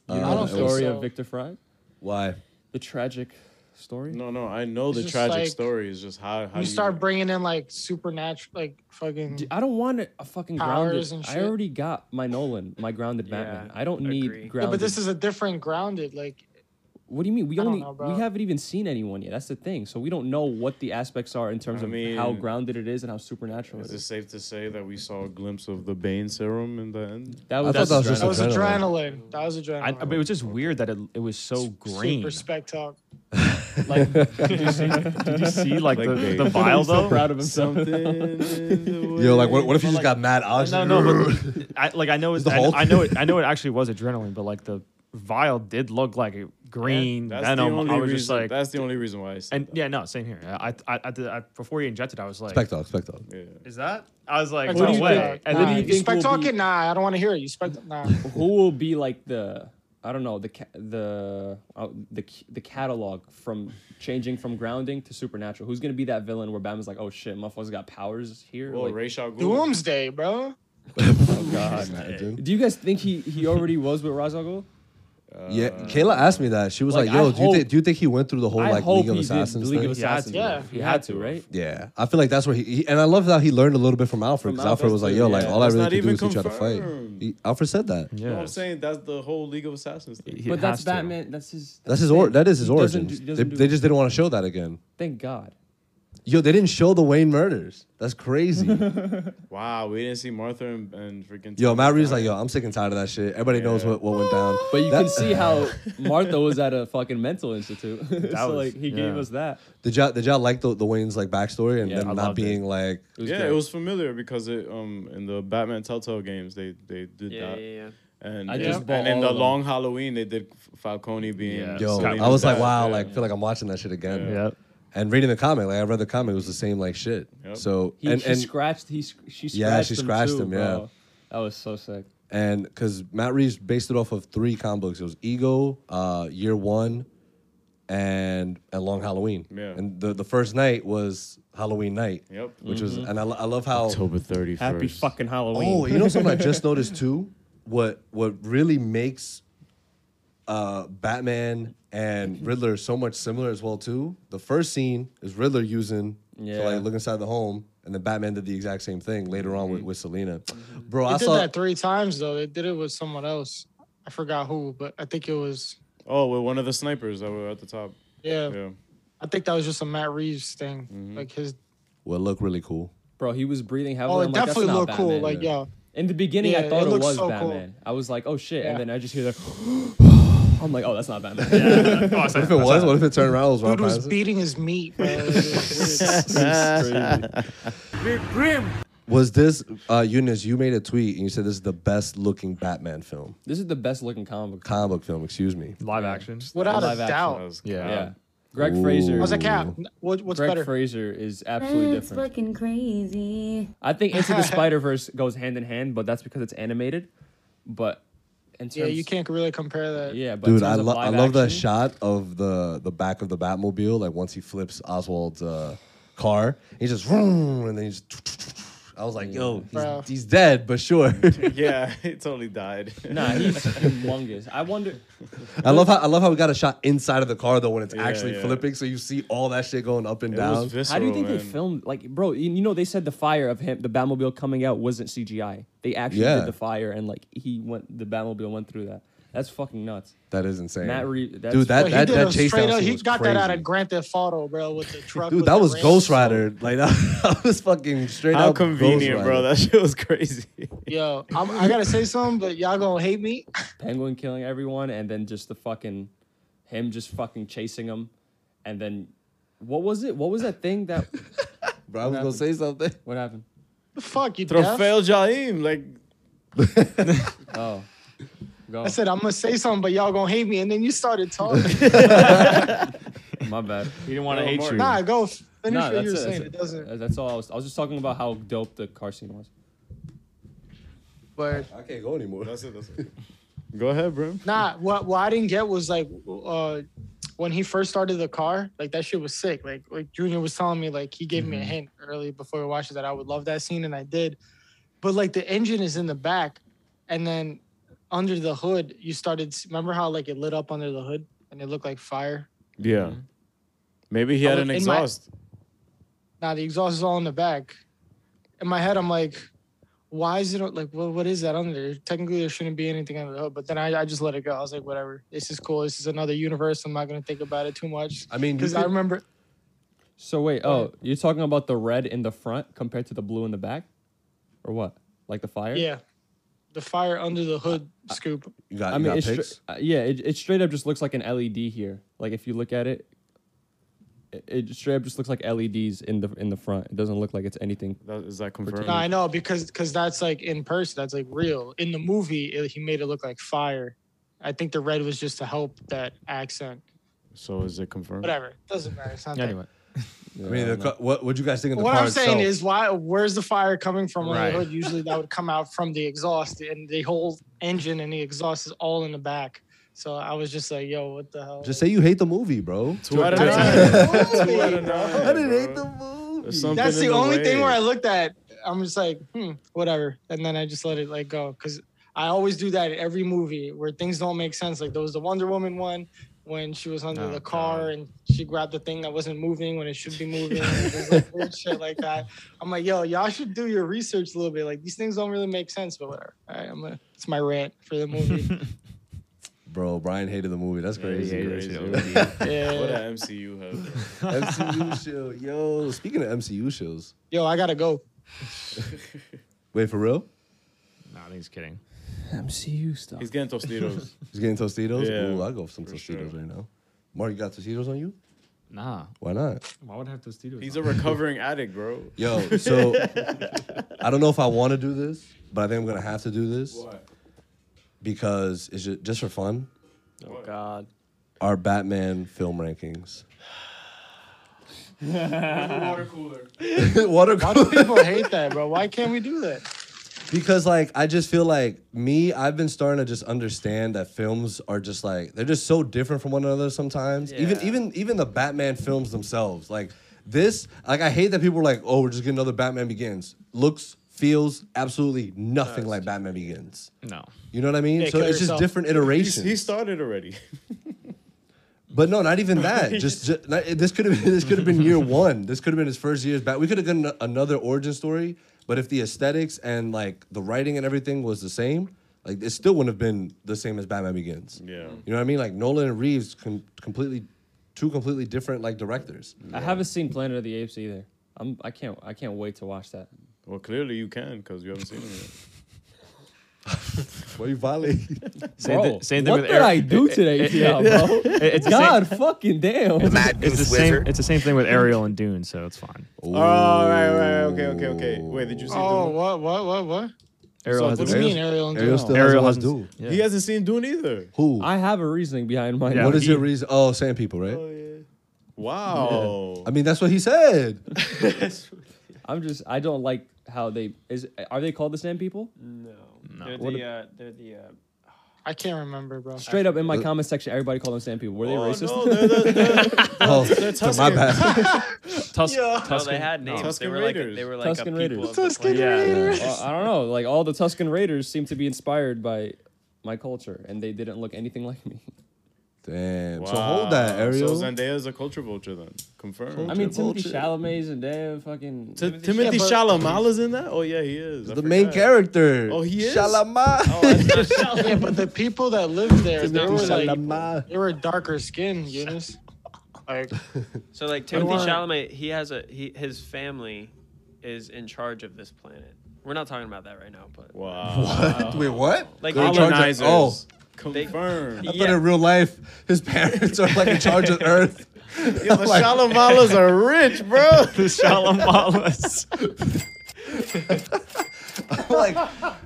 C: You know the story of Victor Fry?
F: Why?
C: The tragic story?
G: No, no, I know
E: It's
G: the
E: just
G: tragic
E: like-
G: story is just how how
E: you start bringing in like supernatural, like fucking.
C: I don't want a fucking
E: powers
C: grounded.
E: and
C: I
E: shit.
C: already got my Nolan, my grounded Batman. I don't need
E: Yeah,
C: grounded.
E: but this is a different grounded. Like
C: What do you mean? We
E: I don't
C: only
E: know, bro.
C: we haven't even seen anyone yet. That's the thing. So we don't know what the aspects are in terms
G: I
C: of
G: mean-
C: how grounded it is and how supernatural
G: Is
C: it
G: it
C: is.
G: safe to say that we saw a glimpse of the Bane serum in the end?
C: That
E: was- that was that was adrenaline. That was adrenaline.
B: I, I mean, it was just weird that it, it was so green.
E: Super spec talk.
C: Like,
B: did you see, did you see like, the, the vial though?
F: Yo, like, what, what if you just got mad
B: No,
F: oxygen?
B: no, but I, like I know it's,
F: The
B: I,
F: Hulk?
B: I know it. I know it actually was adrenaline, but like the vial did look like a green
G: That's the
B: venom.
G: only
B: I was
G: reason,
B: just like,
G: that's the only reason why I said
B: and yeah, no, same here. I, I, I, I before he injected, I was like,
F: Spec talk, spec talk.
B: is that? I was like,
E: Spec
B: no
E: talk.
B: way.
E: Nah,
B: And then
E: you
B: he,
E: spec
C: will
E: talk
C: be-
E: it? Nah, I don't want to hear it. You spec nah.
C: Who will be like the I don't know the ca- the uh, the c- the catalog from changing from grounding to supernatural? Who's gonna be that villain where Batman's like, oh shit, motherfucker's got powers here?
G: Well,
C: like,
G: Ra's al Ghul.
E: Doomsday, bro.
C: oh, God. Do you guys think he he already was with Ra's al Ghul?
F: Yeah, Kayla asked me that. She was
C: like,
F: like,
C: I
F: "Yo, do you,
C: hope-
F: think do you think he went through the whole
C: I
F: like
C: hope
F: League of
C: he did.
F: Assassins
C: The League
F: thing?"
C: of Assassins.
E: Yeah,
C: he had to, right?
F: Yeah, I feel like that's where he, he and I love that he learned a little bit from Alfred
G: From
F: because
G: Alfred
F: Alfred was like,
G: too,
F: "Yo,
G: yeah.
F: like all I
G: That's
F: really
G: not
F: could do
G: even
F: is teach you how to fight."
G: confirmed.
F: He- Alfred said that.
G: You know what I'm saying? That's the whole League of Assassins thing.
C: but that's Batman. That's his.
F: That's his or
C: thing.
F: that is his
C: He doesn't
F: origins.
C: do-
F: they,
C: doesn't do-
F: they just didn't want to show that again.
C: Thank God.
F: Yo, they didn't show the Wayne murders. That's crazy.
G: Wow, we didn't see Martha and, and freaking.
F: yo, Matt Reeves like, "Yo, I'm sick and tired of that shit. Everybody knows what, what went down."
C: But you
F: That-
C: can see how Martha was at a fucking mental institute. so
B: was-
C: like he
B: yeah.
C: gave us that.
F: Did y'all did y'all like the, the Wayne's like backstory and
C: Yeah,
F: them
C: I
F: not
C: loved it.
F: being like?
C: was
G: yeah,
C: great.
G: it was familiar because it um in the Batman Telltale games they they did
K: Yeah,
G: that.
K: yeah, yeah.
G: And,
C: I just
G: and,
C: bought
G: in
C: all
G: the
C: of them.
G: long Halloween they did Falcone being
F: Yo,
G: Selena's
F: I was like,
G: dad.
F: wow,
G: Yeah.
F: like feel like I'm watching that shit again.
B: Yeah.
F: And reading the comic, like I read the comic, it was the same like shit.
G: Yep.
F: So
C: He,
F: and
C: she
F: and
C: scratched. He sc- she scratched.
F: Yeah, she scratched
C: him, too,
F: him, yeah.
C: bro. that was so sick.
F: and because Matt Reeves based it off of three comic books, it was Ego, uh, Year One, and and Long Halloween.
G: Yeah.
F: And the the first night was Halloween night.
G: Yep. Mm-hmm.
F: Which was and I, lo- I love how
G: October thirty first.
C: Happy fucking Halloween.
F: Oh, you know something I just noticed too? What what really makes uh, Batman and Riddler so much similar as well too. The first scene is Riddler using to
C: Yeah.
F: like look inside the home, and then Batman did the exact same thing later on
G: Mm-hmm.
F: with, with Selena. Bro,
E: They
F: I
E: did
F: saw
E: that three times though. They did it with someone else. I forgot who, but I think it was.
G: Oh, with one of the snipers that were at the top.
E: Yeah,
G: Yeah.
E: I think that was just a Matt Reeves thing. Like his.
F: well, it looked really cool.
C: bro, he was breathing heavily.
E: Oh,
C: I'm
E: it
C: like,
E: definitely
C: that's not
E: looked cool.
C: Batman.
E: Like yo,
C: in the beginning, I
E: Yeah,
C: thought
E: it
C: it,
E: looks
C: was
E: so cool.
C: Batman. I was like, oh shit,
E: Yeah.
C: and then I just hear that. I'm like, oh, that's not Batman.
B: Oh,
F: What if it was? What if it turned around? It was Ron
E: dude was
F: Patterson?
E: beating his meat. Bro. It was weird.
F: Was this uh, Eunice? You made a tweet and you said this is the best looking Batman film,
C: This is the best looking comic. book.
F: comic book film. Excuse me.
B: Live action.
E: Without a
C: Live action,
E: doubt.
G: That was
B: Yeah.
C: Yeah, Greg
F: Ooh.
C: Fraser.
E: I was like, yeah. What, what's
C: Greg
E: better?
C: Fraser is absolutely
I: That's
C: different.
I: fucking crazy.
C: I think Into the Spider Verse goes hand in hand, but that's because it's animated. But in terms,
E: yeah, you can't really compare that.
C: Yeah, but in
F: Dude,
C: terms
F: I,
C: of
F: lo- I
C: live
F: love that
C: action-
F: shot of the the back of the Batmobile. Like once he flips Oswald's uh, car, he just vroom, and then he's. I was like, yo,
E: Bro.
F: he's, he's dead, but sure.
G: yeah, it totally died.
C: Nah, he's humongous. I wonder.
F: I love how I love how we got a shot inside of the car though when it's
G: Yeah,
F: actually
G: yeah.
F: flipping, so you see all that shit going up and
G: It
F: down.
G: was visceral,
C: How do you think
G: man.
C: they filmed? Like, bro, you you know they said the fire of him, the Batmobile coming out wasn't CGI. They actually
F: Yeah.
C: did the fire, and like he went, the Batmobile went through that. That's fucking nuts.
F: That is insane.
C: Matt Reeves, that's
F: dude, that
C: But he
F: that,
C: did
F: that
C: a
F: chase
E: Straight
F: down
E: up,
F: scene
E: he
F: was
E: got
F: crazy.
E: that out of Grand Theft Auto, bro, with the truck.
F: Dude,
E: with
F: that
E: the
F: was
E: rim.
F: Ghost Rider. Like that, that was fucking straight
G: How
F: up. Ghost
G: convenient, bro.
F: Rider.
G: That shit was crazy.
E: Yo, I'm, I gotta say something, but y'all gonna hate me.
C: Penguin killing everyone, and then just the fucking him just fucking chasing him, and then what was it? What was that thing that?
F: Bro, I was gonna say something.
C: What happened?
E: Fuck you, Trofeo.
G: Trofeo Jaim, like
C: Oh, go.
E: I said I'm gonna say something, but y'all gonna hate me, and then you started talking.
C: My bad.
B: He didn't want to
G: Yo,
B: hate
G: Mark.
B: you.
E: nah, go finish
C: Nah, that's
E: what you
C: it,
E: were
C: that's
E: saying.
C: it.
E: It doesn't.
C: Uh, That's all. I was. I was just talking about how dope the car scene was.
E: But
F: I can't go anymore.
G: that's it. That's it. Go ahead, bro.
E: Nah, what what I didn't get was like uh when he first started the car, like that shit was sick. Like like Junior was telling me, like he gave me a hint early before we watched it that I would love that scene, and I did. But like the engine is in the back, and then under the hood, you started. Remember how like it lit up under the hood and it looked like fire?
G: Yeah. Maybe he
E: Mm-hmm. I
G: had
E: was
G: an
E: in my-
G: exhaust.
E: Nah, the exhaust is all in the back. In my head, I'm like, why is it like well, what is that under there? Technically there shouldn't be anything under the hood, but then I, I just let it go. I was like, whatever. This is cool. This is another universe. I'm not gonna think about it too much.
F: I mean, you
E: Because I
F: could-
E: remember
C: So wait. Oh, you're talking about the red in the front compared to the blue in the back, or what? Like the fire?
E: yeah. The fire under the hood scoop.
F: you got,
C: I
F: you
C: mean,
F: got
C: it's
F: pics.
C: stra- uh, yeah, it, it straight up just looks like an LED here. Like if you look at it, it, it straight up just looks like LEDs in the in the front. It doesn't look like it's anything.
G: That, is that confirmed?
E: No, I know because because that's like in person. That's like real. In the movie, it, he made it look like fire. I think the red was just to help that accent.
G: So is it confirmed?
E: Whatever. Doesn't matter. It's not that-
B: Anyway,
F: I mean, the, co- what would you guys think of the
E: What
F: car
E: I'm saying
F: itself?
E: is, why? Where's the fire coming from? under
B: Right.
E: the hood? Usually, that would come out from the exhaust, and the whole engine and the exhaust is all in the back. So I was just like, "Yo, what the hell?"
F: just say you hate the movie, bro.
G: Two out of
E: I don't
G: nine.
E: know.
G: Two out of nine.
F: I didn't
G: bro.
F: hate the movie.
G: There's something
E: That's
G: in
E: the only
G: way.
E: thing where I looked at. I'm just like, hmm, whatever, and then I just let it like go because I always do that in every movie where things don't make sense. Like there was the Wonder Woman one when she was under
B: Oh,
E: the car
B: God.
E: and she grabbed the thing that wasn't moving when it should be moving. and just, like, weird shit like that. I'm like, yo, y'all should do your research a little bit. Like these things don't really make sense, but whatever. All right, I'm gonna. It's my rant for the movie.
F: Bro, Brian hated the movie. That's crazy.
B: hated
G: Crazy.
B: it.
G: What a
E: yeah.
G: MCU hub.
F: MCU show. Yo, speaking of MCU shows.
E: Yo, I gotta go.
F: Wait, for real?
B: no, I think he's kidding.
C: MCU stuff.
G: He's getting Tostitos.
F: He's getting Tostitos?
G: Yeah,
F: Ooh, I'll go for some
G: for
F: Tostitos
G: sure.
F: right now. Mark, you got Tostitos on you?
B: Nah,
F: Why not?
B: why would I have Tostitos?
G: He's a recovering addict, bro.
F: Yo, so I don't know if I want to do this, but I think I'm going to have to do this because it's just, just for fun.
K: Oh God.
F: Our Batman film rankings.
G: Water cooler.
F: Water
E: Why do people hate that, bro? Why can't we do that?
F: because like I just feel like me, I've been starting to just understand that films are just like they're just so different from one another sometimes. Even
K: Yeah.
F: even even the Batman films themselves, like this, like I hate that people are like, oh, we're just getting another Batman Begins. Looks, feels absolutely nothing like Batman Begins.
B: no.
F: You know what I mean?
E: Yeah,
F: so
E: kill
F: it's just
E: yourself.
F: different
G: He's,
F: iterations.
G: he started already.
F: But no, not even that. just, just not, this could have this could have been year one. This could have been his first year's back. We could have gotten a- another origin story. But if the aesthetics and like the writing and everything was the same, like it still wouldn't have been the same as Batman Begins.
G: Yeah.
C: Mm.
F: You know what I mean? Like Nolan and Reeves, com- completely, two completely different like directors.
C: I haven't seen Planet of the Apes either. I'm. I can't. I can't wait to watch that.
G: Well, clearly you can because you haven't seen him yet.
F: Why you violating?
B: Same,
C: Bro,
B: thi- same thing
C: what
B: with
C: did
B: Eric.
C: I do today, yeah, bro?
B: it's the same-
C: God fucking damn.
B: It's the same. It's the same thing with Ariel and Dune, so it's fine.
G: Oh, right, right, okay, okay, okay. Wait, did you see
E: Oh,
G: Dune?
E: what, what, what, what?
B: Oh, Ariel
E: What
B: hasn't.
E: do you mean, Ariel? and
F: Ariel
E: Dune?
F: still
B: Ariel
F: has
B: hasn't.
F: do.
B: Yeah.
G: He hasn't seen Dune either.
F: Who?
C: I have a reasoning behind mine.
B: Yeah.
F: what is
B: he-
F: your reason? Oh, same people, right?
G: Wow. Oh,
F: I mean, that's what he said.
C: I'm just. I don't like how they is. Are they called the same people?
K: No.
B: No.
K: They're
C: What
K: the uh, they're the. Uh,
E: I can't remember, bro.
C: Straight up in
B: Uh,
C: my comment section, everybody called them same people. Were they
G: Oh,
C: racist?
G: no, they're the,
F: oh, so my
G: Tuscan.
F: bad.
B: Tus-
K: no, they
B: Tuscan-
K: had names.
G: Tuscan
K: they were
G: Raiders.
K: like they were like
C: Tuscan
K: a
C: Raiders.
K: people. of the
E: Tuscan
K: planet.
E: Raiders.
C: Well, Uh, I don't know. Like all the Tuscan Raiders seem to be inspired by my culture, and they didn't look anything like me.
F: Damn. So hold that,
G: Wow.
F: Ariel.
G: So Zendaya's a culture vulture then. Confirmed.
C: I mean, Timothy Chalamet's and they fucking
G: T- Timothy
C: Yeah, but-
G: Shalamala's in that? Oh yeah, he is. I
F: the main
G: forgot.
F: character.
G: Oh, he is.
F: Shalama.
E: yeah, but the people that lived there, they were
F: Shalama.
E: like, they were darker skinned, Eunice. Like,
K: So like
E: They
K: Timothy
E: weren't-
K: Chalamet, he has a he his family is in charge of this planet. We're not talking about that right now, but
G: Wow.
F: What? Wait, what?
K: Like
F: They're in charge of-
G: Colonizers.
F: Oh,
G: Confirmed.
F: I thought
K: Yeah.
F: in real life his parents are like in charge of Earth.
G: Yo, the
F: Like-
G: Shalamalas are rich, bro.
B: The Shalamalas.
F: I'm like,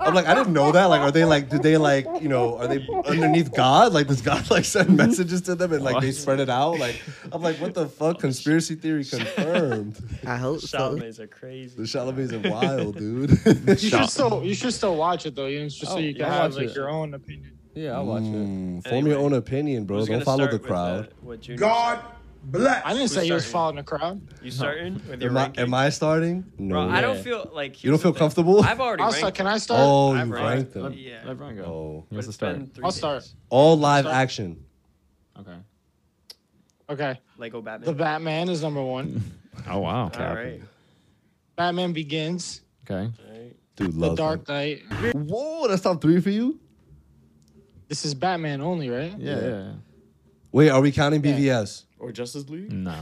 F: I'm like, I didn't know that. Like, are they like, did they like, you know, are they underneath God? Like, does God like send messages to them and like they spread it out? Like, I'm like, what the fuck? Conspiracy theory confirmed.
A: I hope so.
K: Chalamet's are
F: The
K: crazy.
F: Chalamets are wild, dude.
E: you should still, you should still watch it though, Eunice, just
C: Oh,
E: so you can
C: yeah,
E: have
C: watch
E: like
C: it.
E: your own opinion.
C: Yeah, I'll watch it.
F: Mm, form
K: Anyway,
F: your own opinion,
K: I
F: bro.
K: was
F: Don't
K: gonna
F: follow
K: start
F: the
K: with, uh,
F: crowd.
K: what Junior
H: God bless.
E: I didn't say he was
K: starting?
E: following the crowd.
K: said. You starting with your
F: Am I,
K: ranking?
F: am I starting? No.
K: Bro, I don't
C: Yeah.
K: feel like
F: You don't
K: here's the
F: feel
K: thing.
F: comfortable?
K: I've already
E: I'll start.
K: ranked.
E: Can I start?
F: Oh, you
K: I've
F: ranked
K: ranked
F: them.
K: Yeah.
B: Let Brian go.
F: Oh.
B: He
K: but
B: wants to
K: it's
B: start.
K: been three
E: I'll start.
K: days.
F: All live
E: Sorry.
F: action.
B: Okay.
E: Okay,
K: Lego
E: the
K: Batman.
E: Batman is number one.
B: Oh wow.
K: All right.
E: Batman Begins,
B: Okay.
K: All right.
F: Dude,
E: The
F: love
E: Dark Knight.
F: that. Whoa, that's top three for you?
E: This is Batman only, right?
B: Yeah. yeah, yeah.
F: Wait, are we counting BVS?
G: Or Justice League?
B: No,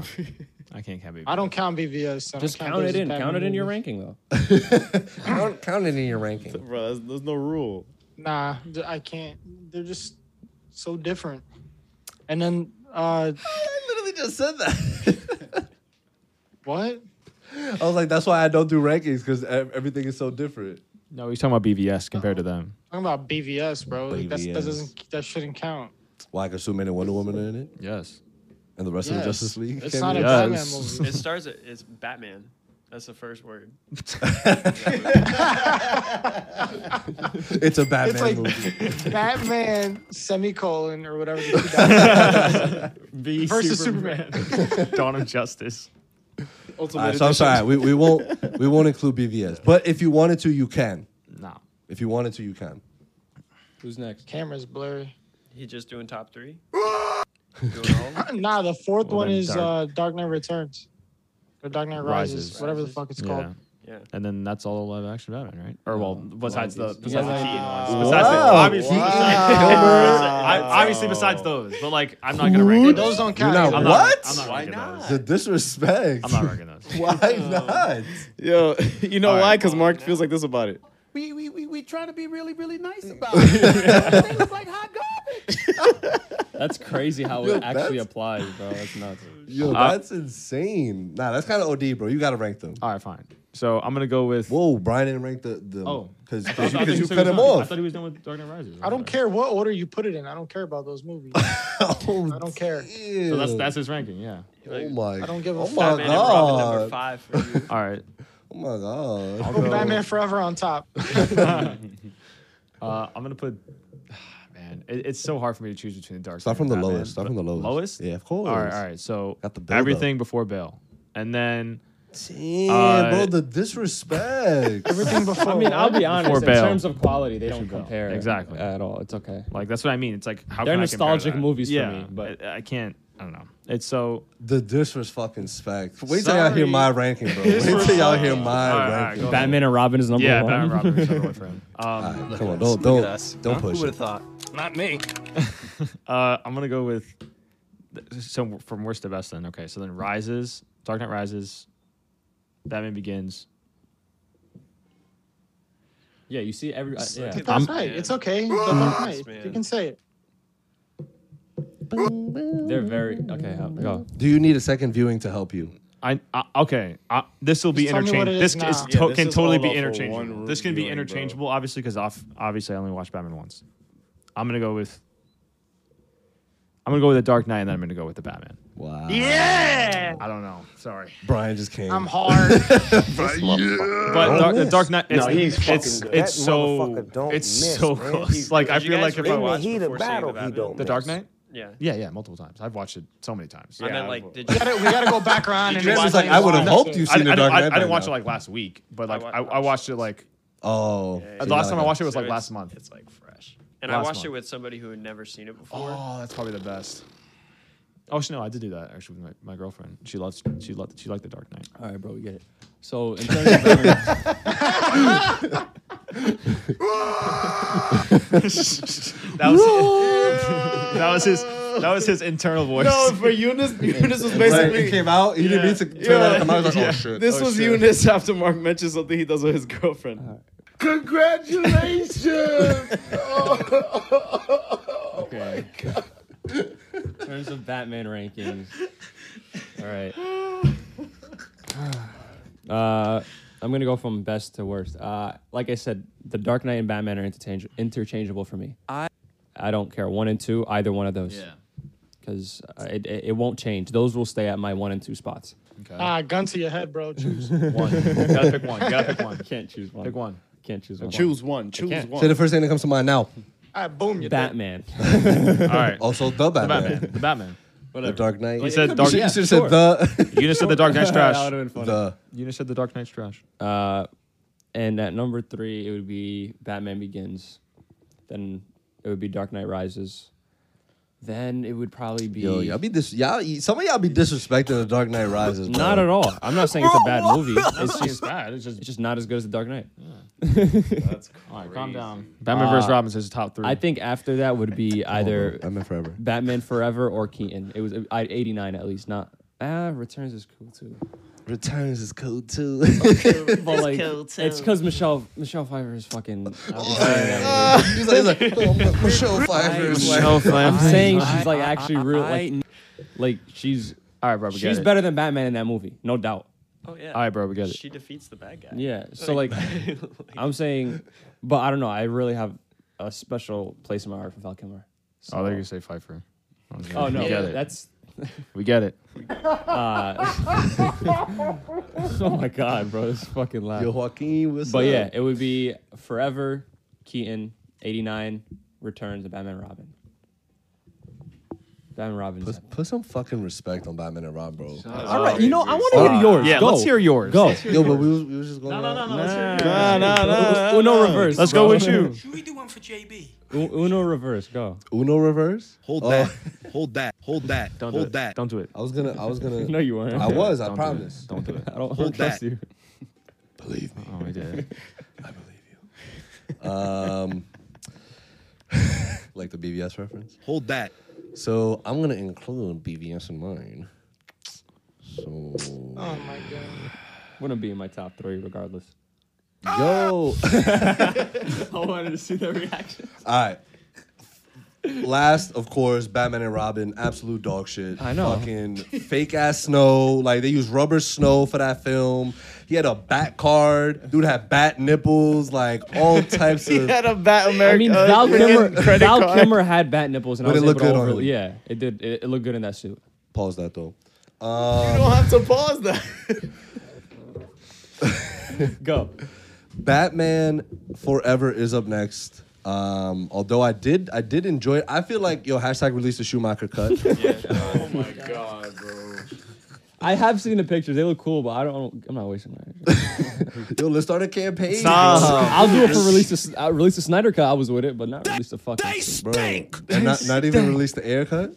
B: I can't count baby.
E: I don't count BVS. So I
C: Just
E: don't
C: count
E: those
C: it
E: as
C: in. Count
E: Batman
C: it in your
E: movies.
C: ranking though.
F: count, count it in your ranking.
G: Bro, that's, there's no rule.
E: Nah, th- I can't. They're just so different. And then, uh,
F: I literally just said that.
E: what?
F: I was like, that's why I don't do rankings because everything is so different.
B: No, he's talking about BVS compared to them.
E: Talking about BVS, bro. Like that's, that
F: BVS.
E: doesn't that shouldn't count.
F: Why? Because Superman and Wonder Woman are in it,
B: Yes.
F: and the rest of the
E: Yes.
F: Justice League.
E: It's
F: came
E: not a
F: in?
E: Batman
B: Yes.
E: movie.
K: It starts. at- It's Batman. That's the first word.
F: it's a Batman
E: It's like
F: movie.
E: Batman semicolon or whatever. the two dots are.
B: V
E: Versus Superman.
B: Dawn of Justice.
F: All right, so I'm sorry, we, we won't we won't include BVS, but if you wanted to, you can.
B: No.
F: If you wanted to, you can.
C: Who's next?
E: Camera's blurry.
K: He just doing top three. doing all.
E: Uh, Nah, the fourth
B: Well,
E: one
B: then
E: is
B: Dark-
E: uh, Dark Knight Returns. Or Dark Knight Rises,
B: Rises.
E: whatever the fuck it's
B: Yeah.
E: called.
K: Yeah.
B: And then that's all live action Batman, right? Or well, besides the
C: Yeah,
B: besides the
C: like-
B: Keaton ones.
G: Wow.
B: Besides the,
F: Wow.
B: obviously,
F: Wow.
B: besides-
F: Kilmer.
B: I- obviously besides those, but like I'm not gonna rank
F: Dude,
B: those.
E: Those don't
F: You're
E: count.
F: not,
E: either.
B: I'm not-
F: what?
B: I'm not ranking
G: Why
B: those.
F: the disrespect.
B: I'm not ranking those.
F: Why not?
G: Yo, you know
B: All right.
G: why? Because Mark feels like this about it.
H: We, we, we, we trying to be really, really nice about it. they look like hot garbage.
C: That's crazy how
F: Yo,
C: it actually
F: that's-
C: applies, bro. That's nuts.
F: Yo,
B: Uh,
F: that's insane. Nah, that's kind of OD, bro. You gotta rank them.
B: All right, fine. So I'm gonna go with.
F: Whoa, Brian didn't rank the the.
B: Oh.
F: because
B: I thought
F: you,
B: he said
F: cut
B: he was
F: him
B: done. I
F: off.
B: thought he was done with Dark Knight Rises.
E: I don't care what order you put it in. I don't care about those movies.
F: Oh,
E: I don't care.
B: So that's that's his ranking. Yeah.
F: Oh my.
E: I don't give a
F: oh
E: fuck.
F: my
K: Batman and Robin number
F: god.
K: five for you.
B: All right.
F: Oh my god.
B: I'll
E: Put
B: go-
E: Batman Forever on top.
B: Uh, I'm gonna put. Man, it, it's so hard for me to choose between the dark.
F: Start
B: Knight
F: from the
B: and Batman.
F: lowest. Start from the lowest.
B: Lowest?
F: Yeah, of course.
B: All right, all right. So
F: Got the build
B: everything before Bale, and then
F: Damn,
B: Uh,
F: bro, the disrespect.
E: Everything before.
C: I mean, I'll be
B: Or
C: honest. In
B: Bale.
C: terms of quality, they don't
B: Bale.
C: compare
B: Exactly.
C: at all. It's okay.
B: like that's what I mean. It's like how
C: They're
B: can I compare
C: nostalgic
B: that?
C: movies for
B: yeah,
C: me, but-
B: I, I can't. I don't know. It's so.
F: the disrespect. Wait till y'all hear
B: Sorry.
F: my ranking, bro. Wait till y'all hear my
B: All right, all right,
F: ranking.
B: go ahead.
C: Batman and Robin is number
B: Yeah,
C: one.
B: Batman Robin. is number one for him. Um,
F: All right, come on, don't don't don't push it.
J: thought? Not me.
B: Uh, I'm gonna go with so from worst to best. Then okay, so then Rises, Dark Knight Rises, Batman Begins.
C: yeah, you see every. Uh, yeah.
E: Dark Knight. It's okay. The Dark Knight.
K: man.
E: You can say it.
C: They're very okay. I'll Go.
F: Do you need a second viewing to help you?
B: I, I okay. I, this will be
E: Just tell me what
B: interchangeable.
E: it
B: This is
E: is now.
B: to-
G: Yeah, this
B: can
G: is
B: totally
G: all
B: be
G: off of
B: interchangeable.
G: one
B: This can be
G: viewing, bro.
B: interchangeable, obviously, because off obviously I only watched Batman once. I'm gonna go with. I'm gonna go with the Dark Knight, and then I'm gonna go with the Batman.
F: Wow.
B: I don't know. Sorry,
F: Brian just came.
E: I'm hard.
B: but Dark, the
F: miss.
B: Dark Knight. It's
L: No, he's fucking
B: it's,
L: good.
B: it's
L: That
B: so
L: motherfucker don't
B: it's
L: miss,
B: so
L: man.
B: close.
L: He's-
B: like I
K: Did you
B: feel
K: guys
B: like if
K: rate
B: I
K: it?
L: In the
B: watched
L: heat of
K: before seeing
L: battle,
K: the
L: he
K: Batman.
L: don't.
B: the Dark Knight,
K: Yeah.
B: yeah, yeah, multiple times. I've watched it so many times.
K: I
G: Yeah,
K: meant like,
G: I've-
K: did
E: we,
K: you?
E: gotta, we gotta go back around. and
F: James
E: watch
F: was like,
E: it.
F: I would have
E: Watch
F: hoped
E: it.
F: you've
B: I, I,
F: seen the
B: didn't-
F: Dark
B: I-
F: Knight.
B: I didn't
F: by
B: watch
F: now.
B: it like last week, but like I,
K: wa-
B: I, watched it like
F: Oh,
B: the last time I watched it was like
K: So
B: last month.
K: It's like fresh. and I
B: Last
K: watched
B: month.
K: it with somebody who had never seen it before.
B: Oh, that's probably the best. Oh, sh- no, I did do that actually with my, my girlfriend. She loves she loved she liked the Dark Knight.
C: All right, bro, we get it. So in terms of
B: that was that was his that was his internal voice.
A: No, for Eunice, Eunice was
F: Right,
A: basically
F: it came out, he didn't need to turn out, come out, he was like, oh, shit.
A: This
F: Oh,
A: was
F: shit.
A: Eunice after Mark mentioned something he does with his girlfriend.
H: Congratulations! oh,
C: okay. in terms of Batman rankings. All right. Uh, I'm gonna go from best to worst. Uh, like I said, The Dark Knight and Batman are interchange- interchangeable for me. I I don't care one and two, either one of those.
G: Yeah.
C: Because it, it it won't change. Those will stay at my one and two spots.
B: Okay.
E: Ah, gun to your head, bro. Choose.
B: One. You gotta pick one. You gotta pick one.
C: Can't choose one.
B: Pick one.
C: Can't choose one.
A: Choose one. Choose
C: can't.
A: one.
F: Say the first thing that comes to mind now.
E: All right, Ah, boom. you dead.
C: Batman.
B: All right.
F: Also, the
B: The
F: Batman.
B: Batman. The Batman.
F: The Dark Knight.
B: You said Dark
F: You
B: Knight.
F: should have said the.
B: Eunice said the Dark Knight's
C: That
B: trash.
C: would've been funny.
F: the.
B: Eunice said the Dark Knight's trash.
C: Uh, and at number three, it would be Batman Begins. Then it would be Dark Knight Rises. Then it would probably be.
F: Yo, y'all be dis- y'all, e, some of y'all be disrespecting the Dark Knight Rises. Bro.
C: not at all. I'm not saying it's a bad movie. It's
B: It's
C: just,
B: bad. It's just
C: it's just not as good as The Dark Knight.
G: That's
B: all
G: crazy.
B: right. Calm down. Batman vs. Robin says top three.
C: Uh, I think after that would be either
F: Batman Forever.
C: Batman Forever or Keaton. It was uh, I 89 at least, not. Ah, Returns is cool too.
F: Returns is cool too.
C: But like,
I: cool, too.
C: it's because Michelle Michelle Pfeiffer is fucking. I was saying that.
F: he's like, he's like oh, M- Michelle Pfeiffer. is like-
C: I'm saying she's like actually real, like, like she's
B: All right, bro. We
C: she's
B: get
C: better than Batman in that movie, no doubt.
K: Oh yeah.
B: It. All right, bro. We get it.
K: She defeats the bad guy.
C: Yeah. So like,
K: Like-
C: I'm saying, but I don't know. I really have a special place in my heart for Val Kilmer. So,
B: Oh, there you say Pfeiffer. I was gonna-
C: Oh no,
B: we get it.
C: that's
B: we get it.
C: oh my god, bro, this is fucking loud.
F: Yo, Joaquin, what's
C: but
F: up?
C: yeah, it would be Forever, Keaton, '89, Returns, and Batman and Robin. Batman and Robin.
F: Put, put some fucking respect on Batman and Rob, bro.
C: All right, you know I want to hear yours.
B: Uh, Yeah,
C: Go.
B: let's hear yours.
C: Go.
F: Yo, but we was, we was just going. around.
A: Nah, nah, nah.
C: U- Uno reverse.
B: Let's
C: bro.
B: go with you.
D: Should we do one for JB?
C: U- Uno reverse. Go.
F: Uno reverse.
L: Hold
F: Oh,
L: that. Hold that. Hold that.
B: Don't do
L: hold
B: it.
L: that.
B: Don't do it.
F: I was gonna. I was gonna.
C: No, you weren't.
F: I was. I
B: Don't do it.
F: promise.
B: Don't do it.
C: I don't I
L: Hold
C: don't trust
L: that.
C: you.
F: Believe me.
B: Oh, we did. it.
F: Um, like the BVS reference.
L: Hold that.
F: So I'm gonna include BVS in mine. So
L: Ah!
E: Oh my god.
C: Wouldn't be in my top three regardless.
F: yo.
C: I wanted to see the reaction.
F: All right. Last, of course, Batman and Robin, absolute dog shit.
C: I know.
F: Fucking fake ass snow. Like they used rubber snow for that film. He had a bat card. Dude had bat nipples. Like all types
A: He
F: of.
A: had a bat
C: I
A: America.
C: mean,
A: uh,
C: Val Kilmer,
A: freaking credit
C: Val
A: card.
C: Kilmer had bat nipples, and
F: But
C: I was
F: it
C: able
F: looked
C: to
F: good on
C: over.
F: him.
C: Yeah, it did. It, it looked good in that suit.
F: Pause that though. Uh,
A: You don't have to pause that.
C: Go.
F: Batman Forever is up next. Um, although I did, I did enjoy it. I feel like yo hashtag release the Schumacher cut.
G: Oh my god, bro.
C: I have seen the pictures. They look cool, but I don't. I'm not wasting my. energy.
F: yo, let's start a campaign. Oh.
C: I'll do it for release. The, S- uh, release the Snyder cut. I was with it, but not release the fucking. suit.
F: bro. And not, not even release the air cut.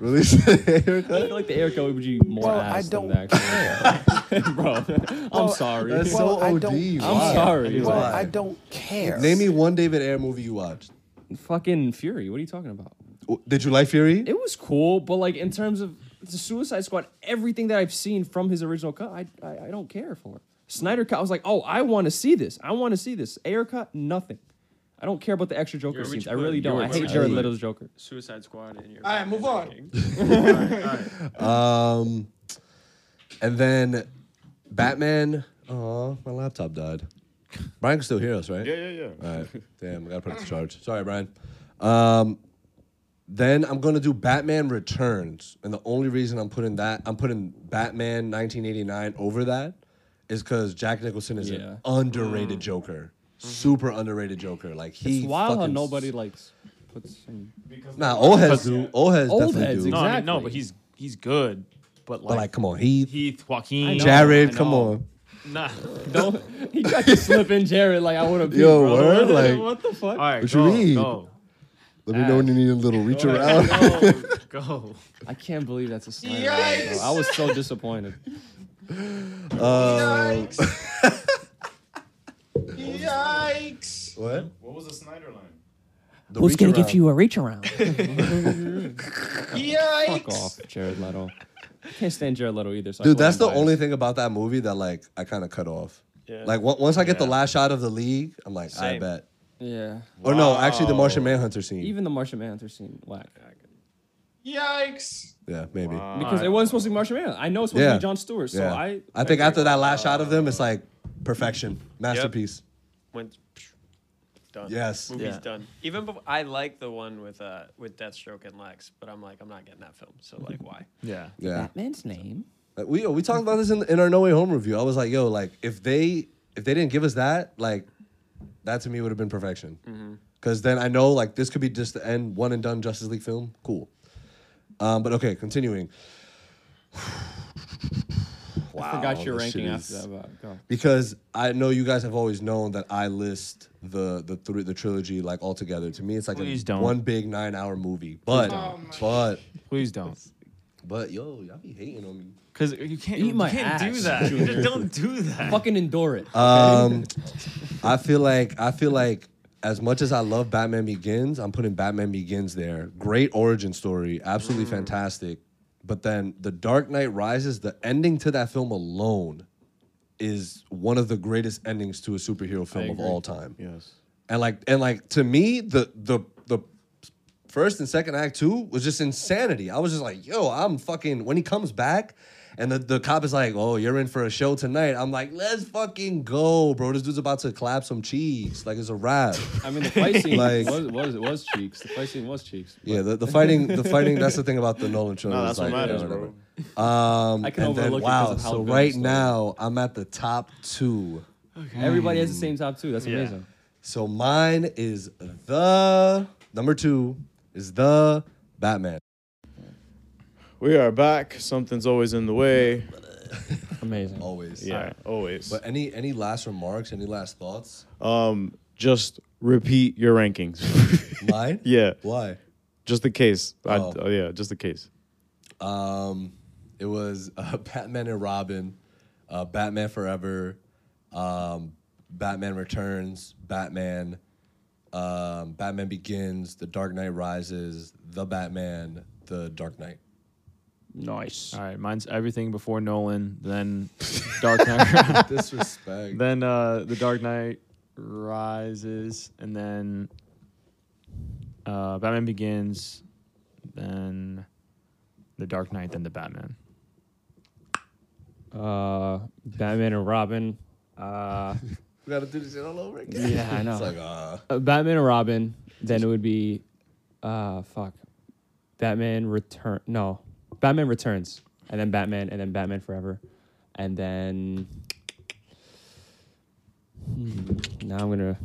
F: release the air
C: I
F: cut.
C: feel like the air cut would be more ass than the actual. Bro, I'm sorry.
F: That's
L: Well,
F: so
L: I
F: OD.
L: don't-
F: Why?
C: I'm sorry.
L: Well, I don't care.
F: Name me one David Ayer movie you watched.
C: Fucking Fury. What are you talking about?
F: W- Did you like Fury?
C: It was cool, but like in terms of the Suicide Squad, everything that I've seen from his original cut, I I, I don't care for. Snyder cut, I was like, oh, I want to see this. I want to see this. Air cut, nothing. I don't care about the extra Joker
K: You're a
C: scenes.
K: rich
C: I really
K: kid.
C: don't.
K: You're a
C: I
K: rich
C: hate
K: kid.
C: Jared Leto's Joker.
K: Suicide Squad in your.
E: All right, move on.
F: Um, and then Batman. Oh, my laptop died. Brian can still hear us, right?
G: Yeah, yeah, yeah.
F: All right. Damn, I gotta put it to charge. Sorry, Brian. Um, then I'm gonna do Batman Returns, and the only reason I'm putting that I'm putting Batman 1989 over that is because Jack Nicholson is
C: Yeah.
F: an underrated Joker, super underrated Joker. Like he
C: It's wild how
F: fucking-
C: nobody likes puts him.
F: Nah, old heads do. Old heads
C: Old
F: definitely
C: heads,
F: do.
B: No, I mean, no,
C: Exactly.
B: but he's he's good. But like,
F: But like, come on, Heath,
B: Heath, Joaquin,
F: Jared,
B: I
F: come
B: know.
F: on.
B: Nah.
C: Don't he tried to slip in Jared like I would have.
F: Yo, word, like-
C: what the fuck?
B: All right,
F: What you
B: go,
F: mean?
B: go.
F: Let me know when you need a little reach around.
C: Go. I can't believe that's a Snyder. cut, bro. I was so disappointed.
F: Uh,
A: Yikes!
F: What?
A: What was the Snyder line?
M: Who's gonna give you a reach around?
A: Yikes!
C: Fuck off, Jared Leto. I can't stand Jared Leto either. So I
F: Dude,
C: feel
F: that's the
C: biased.
F: only thing about that movie that like I kind of cut off.
C: Yeah.
F: Like on- once I get the
C: Yeah.
F: last shot of the league, I'm like, I
C: Same.
F: bet.
C: Yeah.
F: Or no, actually, the Martian Manhunter scene.
C: Even the Martian Manhunter scene, whack.
A: Yikes!
F: Yeah, maybe.
C: Because it wasn't supposed to be Martian Manhunter. I know it's supposed to be John Stewart. So
F: Yeah.
C: I.
F: I think after that last shot of them, it's like perfection, masterpiece.
K: Went done.
F: Yes.
K: movie's
F: Yeah.
K: done. Even before, I like the one with uh with Deathstroke and Lex, but I'm like I'm not getting that film. So like why?
B: Yeah.
F: Yeah.
M: Batman's name.
F: Like, we oh, we talked about this in, in our No Way Home review. I was like, yo, like if they if they didn't give us that, like that to me would have been perfection. Because then I know like this could be just the end one and done Justice League film. Cool. Um, but okay, continuing.
C: I forgot your
F: this
C: ranking
F: shit
C: after
F: is-
C: that. But go.
F: Because I know you guys have always known that I list the the three the trilogy like all together. To me, it's like a
B: Please don't.
F: one big nine hour movie. But
B: don't.
F: but
B: Please don't.
F: but yo, y'all be hating on me.
B: Because you can't,
F: Eat
B: you
F: my
B: can't do
F: ass,
B: that.
F: Junior.
B: don't do that.
C: Fucking endure it.
F: Um, I feel like I feel like as much as I love Batman Begins, I'm putting Batman Begins there. Great origin story, absolutely
G: Mm.
F: fantastic. But then The Dark Knight Rises, the ending to that film alone is one of the greatest endings to a superhero film of
G: agree.
F: all time.
G: Yes.
F: And like and like to me, the the the first and second act two was just insanity. I was just like, yo, I'm fucking when he comes back and the, the cop is like, oh, you're in for a show tonight. I'm like, let's fucking go, bro. This dude's about to clap some cheese. Like it's a wrap.
C: I mean, the fight scene
F: Like-
C: was, was, was cheeks. The fight scene was cheeks.
F: Yeah, the, the fighting, the fighting, that's the thing about the Nolan trilogy.
G: No,
F: It's
G: that's what
F: like,
G: matters,
F: yeah,
G: bro.
F: whatever. Um,
C: I can
F: and then,
C: overlook it 'cause
F: wow,
C: of how
F: so
C: good the
F: right
C: story
F: now I'm at the top two.
C: Everybody has the same top two. That's amazing.
F: So mine is the number two is the Batman.
G: We are back. Something's always in the way.
C: Amazing.
F: Always.
G: Yeah, always.
F: But any any last remarks? Any last thoughts?
G: Um, just repeat your rankings.
F: Mine?
G: yeah.
F: Why?
G: Just in case. I,
F: Oh.
G: oh yeah, just in case.
F: Um, it was uh, Batman and Robin, uh, Batman Forever, um, Batman Returns, Batman, um, Batman Begins, The Dark Knight Rises, The Batman, The Dark Knight.
C: Nice.
B: All right, mine's everything before Nolan, then Dark Knight.
F: Disrespect.
B: Then uh, the Dark Knight rises, and then uh, Batman begins, then the Dark Knight, then the Batman.
C: Uh, Batman and Robin. Uh,
F: We gotta do this shit all over again.
C: Yeah, I know.
F: It's like uh,
C: uh, Batman and Robin. Then it would be, uh, fuck, Batman Return. No, Batman Returns, and then Batman, and then Batman Forever, and then. Hmm, Now I'm gonna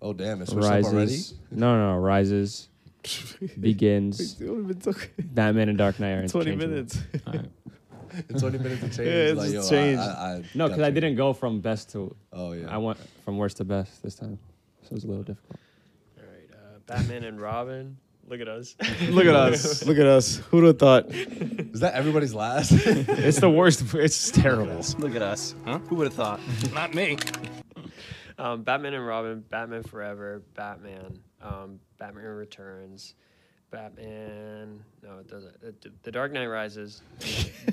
F: oh damn, it's switched up already.
C: rises. No, no, no, rises, begins.
G: We've only been talking
C: Batman and Dark Knight are
G: twenty
C: interchangeable.
G: minutes.
F: In 20 minutes of change.
G: Yeah, it's
F: like,
G: just
F: yo, I-
G: changed.
F: I, I
C: No,
F: got
C: because I
F: you.
C: didn't go from best to.
F: Oh yeah.
C: I went from worst to best this time, so it was a little difficult.
K: All right, uh, Batman and Robin. Look at us.
G: Look at us. Look at us. Who'd have thought?
F: Is that everybody's last?
B: It's the worst. It's terrible.
L: Look at us. Huh? Who would have thought? Not me.
K: um, Batman and Robin, Batman Forever, Batman, um, Batman Returns, Batman. No, it doesn't. It, d- the Dark Knight Rises,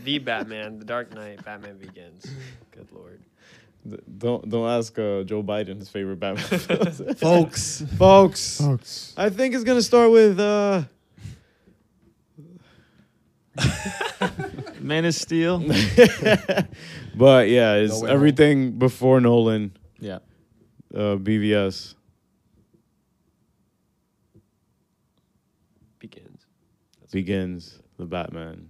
K: the Batman, The Dark Knight, Batman Begins. Good lord.
G: D- Don't don't ask uh, Joe Biden his favorite Batman. films.
F: Folks.
G: Folks. Folks. I think it's gonna start with uh
B: Man of Steel.
G: but yeah, it's
F: Way Home.
G: everything before Nolan,
B: yeah.
G: uh BVS.
K: Begins.
G: begins the Batman,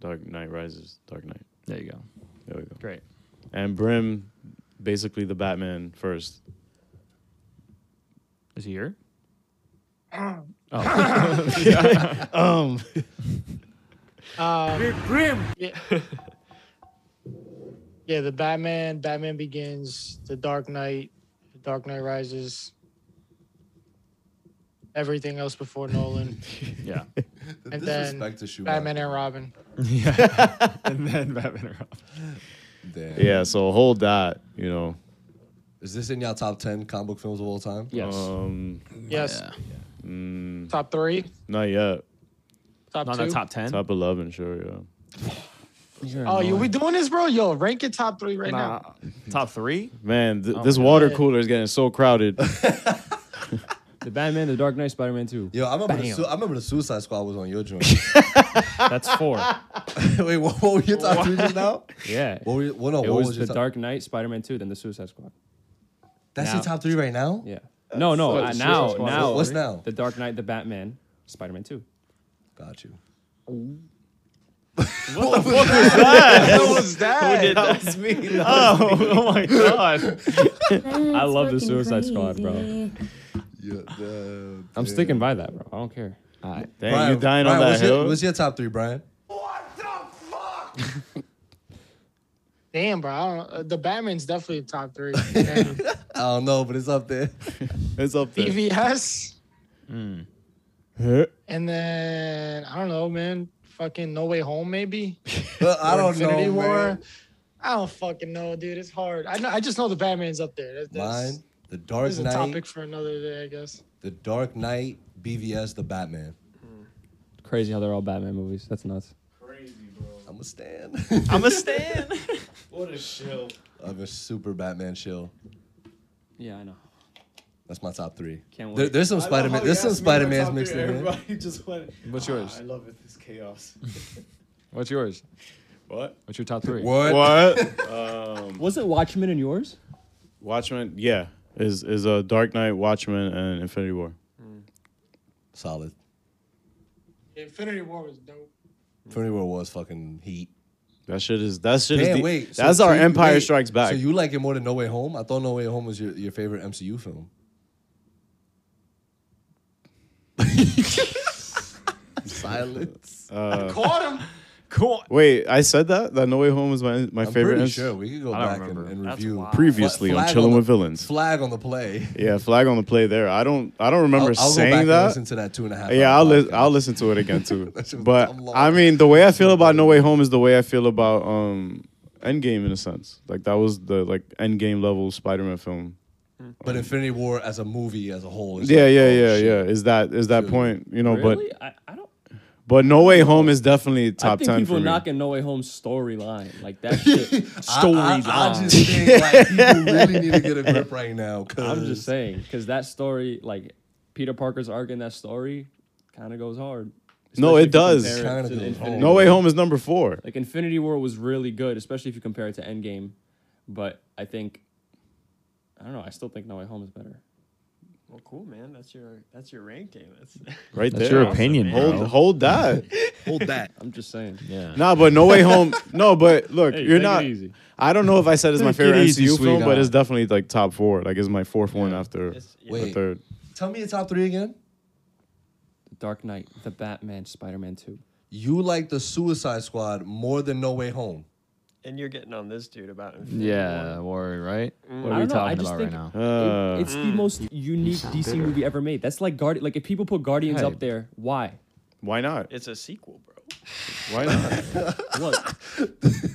G: Dark Knight Rises, Dark Knight.
B: There you go.
G: There we go.
B: Great.
G: And Brim, basically the Batman first.
B: Is he here?
G: Um,
E: Um, grim. Yeah. yeah, the Batman, Batman Begins, The Dark Knight, The Dark Knight Rises, everything else before Nolan.
B: yeah.
E: and then
F: disrespect to Schumacher.
E: Batman and Robin.
B: yeah. and then Batman and Robin.
F: Damn.
G: Yeah, so hold that, you know.
F: Is this in your top ten comic book films of all time?
B: Yes.
G: Um,
E: Yes.
G: mm,
E: Top three.
G: not yet.
E: Top
B: Not in
E: two.
B: the top ten.
G: Top 11, sure, yeah.
E: Oh, you we doing this, bro? Yo, rank it top three right
B: Nah.
E: now.
B: Top three.
G: Man, th-
B: Oh
G: this
B: my
G: water
E: God.
G: cooler is getting so crowded.
C: The Batman, The Dark Knight, Spider Man 2.
F: Yo, I remember, the
C: Bam.
F: su- I remember the Suicide Squad was on your joint.
B: That's four.
F: Wait, what, what were your top three just now?
B: Yeah.
F: What were you, well, no,
C: it
F: what
C: was,
F: was your
C: The
F: top-
C: Dark Knight, Spider Man 2, then The Suicide Squad.
F: That's
C: now.
F: your top three right now?
C: Yeah. no, no.
F: What,
C: uh,
F: The
C: now,
F: Suicide Squad?
C: now.
F: What's now?
C: The Dark Knight, The Batman, Spider Man 2.
F: Got you.
E: What the fuck
F: was
E: that? What was that?
F: That was me. That
B: Oh,
F: was me.
B: oh my god.
C: I love The Suicide Squad, bro.
F: Yeah, the-
C: I'm sticking by that, bro. I don't care.
G: Dang,
F: Brian-
G: you dying on that
F: Brian, what's your-
G: hill?
F: what's your top three, Brian?
E: Damn, bro. I don't, uh, the Batman's definitely top three.
F: I don't know, but it's up there.
G: it's up there.
E: BVS.
G: Huh?
E: And then I don't know, man. Fucking No Way Home, maybe.
F: But I
E: Or
F: don't
E: Infinity
F: know,
E: War.
F: man.
E: I don't fucking know, dude. It's hard. I know. I just know the Batman's up there. That, that's
F: Mine, The
E: this
F: Dark
E: is a
F: Knight,
E: topic for another day, I guess.
F: The Dark Knight, BVS, The Batman.
C: Crazy how they're all Batman movies. That's nuts.
F: I'm a stan.
K: I'm a stand.
A: What a shill.
F: I'm a super Batman shill.
C: Yeah, I know.
F: That's my top three.
C: Can't
F: There-
C: wait.
F: there's some Spider Man. There's some Spider Man's mixed in. here.
A: Everybody just went.
B: What's
A: "Ah,
B: yours?
A: I love it. This chaos.
B: What's yours?
G: What?
B: What's your top three?
F: What?
G: What? um,
C: Wasn't Watchmen in yours?
G: Watchmen, yeah, is is a Dark Knight, Watchmen, and Infinity War.
F: Solid.
E: Infinity War was dope.
F: Infinity War was fucking heat.
G: That shit is that shit is
F: Damn,
G: the,
F: wait. so
G: that's our
F: you-
G: Empire
F: wait,
G: Strikes Back.
F: So you like it more than No Way Home? I thought No Way Home was your, your favorite MCU film. Silence.
G: uh,
E: Caught him.
B: Cool.
G: wait, I said that that No Way Home was my my
F: I'm
G: favorite.
F: pretty
G: MC-
F: sure we could go
B: I don't
F: back and,
B: remember.
F: and
B: That's
F: review
B: wild.
G: Previously on
F: Flag
G: Chilling
F: the-
G: with Villains.
F: Flag on the play.
G: yeah, flag on the play there. I don't I don't remember
F: I'll, I'll go
G: saying
F: back
G: that.
F: and listen to that two and a half.
G: yeah,
F: hour
G: I'll li-
F: podcast.
G: I'll listen to it again too.
F: That shit was
G: but
F: dumb long.
G: I mean, the way I feel about No Way Home is the way I feel about um Endgame in a sense. Like that was the like Endgame level Spider-Man film.
F: But Infinity War as a movie as a whole. Is
G: Yeah,
F: like,
G: yeah,
F: oh,
G: yeah,
F: shit.
G: yeah. Is that is that
F: Dude.
G: point? You know,
C: really?
G: but
C: I, I don't.
G: but No Way Home is definitely
C: I
G: top
C: think
G: ten
C: people
G: for me.
C: knocking No Way Home's storyline like that shit.
F: I- I, I,
C: storyline.
F: just think like people really need to get a grip right now. Cause
C: I'm just saying because that story, like Peter Parker's arc in that story, kind of goes hard.
G: No, it
C: Especially if you
G: does.
C: compare it
F: Kinda
C: to the
F: goes
C: Infinity
F: hard.
G: No Way Home is number four.
C: Like Infinity War was really good, especially if you compare it to Endgame. But I think I don't know. I still think No Way Home is better.
K: Well, cool, man. That's your that's your ranking. That's
G: Right
B: That's
G: there.
B: your opinion,
G: Hold
B: bro.
G: hold that.
F: hold that.
C: I'm just saying.
B: Yeah.
G: nah, but No Way Home. No, but look,
C: Hey,
G: you're
C: take it
G: not.
C: easy.
G: I don't know if I said it's my
B: Take it
G: favorite
B: easy,
G: MCU film, but
B: sweetheart.
G: it's definitely like top four. Like it's my fourth one after the
F: Wait.
G: third.
F: Tell me your top three again.
C: The Dark Knight, The Batman, Spider Man Two.
F: You like the Suicide Squad more than No Way Home.
K: and you're getting on this dude about Infinity
B: Yeah,
K: War.
B: worry, right?
C: I
B: What are we
C: don't know, I
B: talking
C: just
B: about right
C: think-
B: now?
G: Uh,
C: It- it's the most unique DC movie ever made. That's like Guardian. Like if people put Guardians
B: Hey.
C: up there, why?
G: why not?
K: It's a sequel, bro.
G: Why not?
C: Look,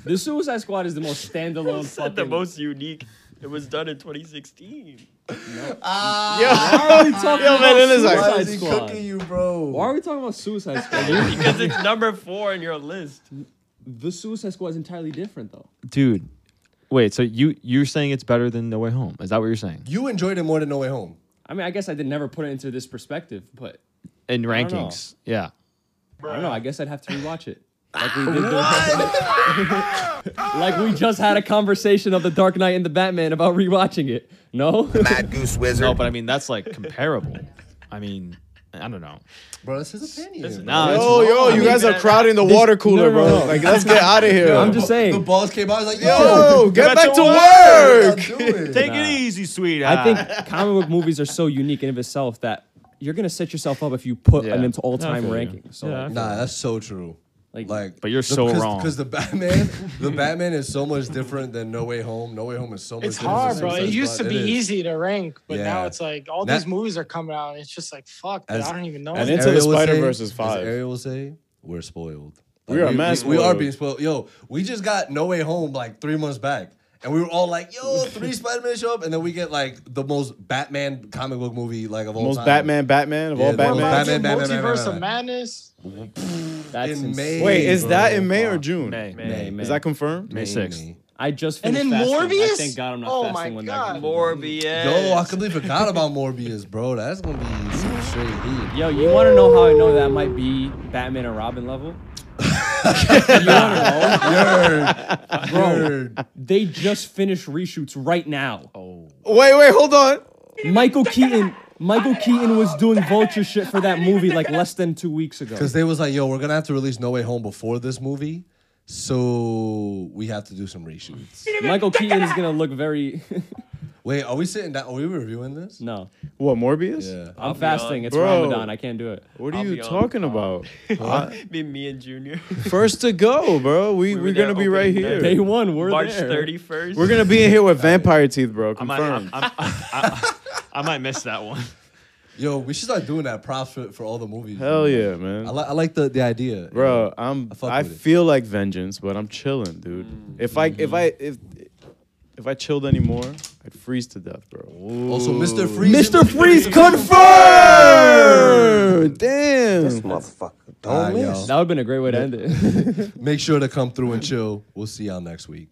C: the Suicide Squad is the most standalone.
K: Said
C: fucking,
K: the most unique. It was done in 2016.
C: Why are we talking
G: Yo, man,
C: about
G: it is like-
F: Why
C: Suicide
F: is he
C: Squad?
F: cooking you, bro?
C: Why are we talking about Suicide Squad?
K: because it's number four in your list.
C: the Suicide Squad is entirely different, though.
B: Dude, wait. So you you're saying it's better than No Way Home? Is that what you're saying?
F: you enjoyed it more than No Way Home.
C: I mean, I guess I did never put it into this perspective, but
B: In
C: don't know.
B: rankings, yeah.
C: I don't know. I guess I'd have to rewatch it. Like we, did the, like we just had a conversation of the Dark Knight and the Batman about rewatching it. No,
H: Mad Goose Wizard.
B: No, but I mean that's like comparable. I mean, I don't know.
F: Bro, that's his opinion.
K: Listen,
F: bro.
B: Nah, it's
G: Yo, Oh, yo, you guys are crowding the water cooler,
C: no, no,
G: bro.
C: no.
G: Like, let's get out of here.
C: I'm just
F: The
C: saying.
F: balls came out. I was like,
G: Yo,
F: yo,
G: get back to
F: what
G: work.
F: y'all doing?
B: Take it easy, sweetheart.
C: I think comic book movies are so unique in of itself that you're gonna set yourself up if you put
B: Yeah.
C: an into all
B: No, I
C: time
B: feel you.
C: ranking. So
B: Yeah, I
C: like,
F: Nah, that's so true.
C: Like,
F: like
B: But you're so wrong.
F: because the Batman, the Batman is so much different than No Way Home. No Way Home is so much.
E: It's
F: different
E: hard,
F: than
E: bro. It
F: Suicide
E: used to
F: Squad.
E: be
F: is.
E: easy to rank, but now
F: Yeah.
E: it's like all
F: Now-
E: these movies are coming out, and it's just like fuck, dude,
F: As-
E: I don't even know.
F: as
E: anymore.
F: Ariel would say-
G: Spider-Verse is
F: as
G: five.
F: Ariel will say, "We're spoiled.
G: We are mad
F: We, are
G: spoiled.
F: being spoiled. Yo, we just got No Way Home like three months back, and we were all like, "Yo, three Spider-Man show up," and then we get like the most Batman comic book movie like of all
G: Most
F: time.
G: Batman, Batman of
F: Yeah,
G: all
F: the most
G: Batman.
F: Batman, Batman, Batman,
E: Multiverse of
F: Batman.
E: Madness.
C: That's
F: in
C: insane.
F: May.
G: Wait, is that
F: bro.
G: in May or June?
C: May, May, May.
G: Is that confirmed?
B: May 6th.
C: I just
E: And
C: finished
E: then
C: fasting. I
E: Morbius?
C: thank God I'm not
E: Oh my
C: fasting when
E: God.
C: that.
K: Morbius.
F: Yo, I completely forgot about Morbius, bro. That's gonna be some straight heat.
C: Yo, you want to know how I know that might be Batman and Robin level? you want to know?
F: Nerd, nerd.
C: They just finished reshoots right now.
G: Wait, wait, hold on.
C: Michael Keaton. Michael Keaton was doing vulture shit for that movie like less than two weeks ago.
F: Because they was like, "Yo, we're gonna have to release No Way Home before this movie, so we have to do some reshoots."
C: Michael Keaton is gonna look very.
F: Wait, are we sitting down? Are we reviewing this?
C: no,
G: What, Morbius?
F: Yeah.
C: I'm
K: be
C: fasting.
K: on.
C: It's
G: Bro.
C: Ramadan. I can't do it.
G: What are
K: I'll
G: you
K: be on.
G: talking about?
K: Me, me and Junior.
G: First to go, bro. We,
K: We were
G: we are going to
K: there
G: be right
K: opening
G: here.
K: day.
C: Day one, we're
K: March
C: there.
K: thirty first.
G: We're gonna be in here with vampire teeth, bro.
B: I might, I,
G: Confirmed.
B: I, I, I might miss that one.
F: Yo, we should start doing that props for, for all the movies.
G: Hell
F: bro.
G: yeah, man.
F: I, li- I like the, the idea,
G: bro, I'm.
F: I fuck
G: I,
F: with it. Mm-hmm.
G: feel like vengeance, but I'm chilling, dude. If I if I if if I chilled anymore, I'd freeze to death, bro.
F: Also, Mr. Freeze.
G: Mr. Freeze confirmed. Damn.
L: Ah,
F: motherfucker. Don't
C: That would have been a great way to end it.
F: Make sure to come through and chill. We'll see y'all next week.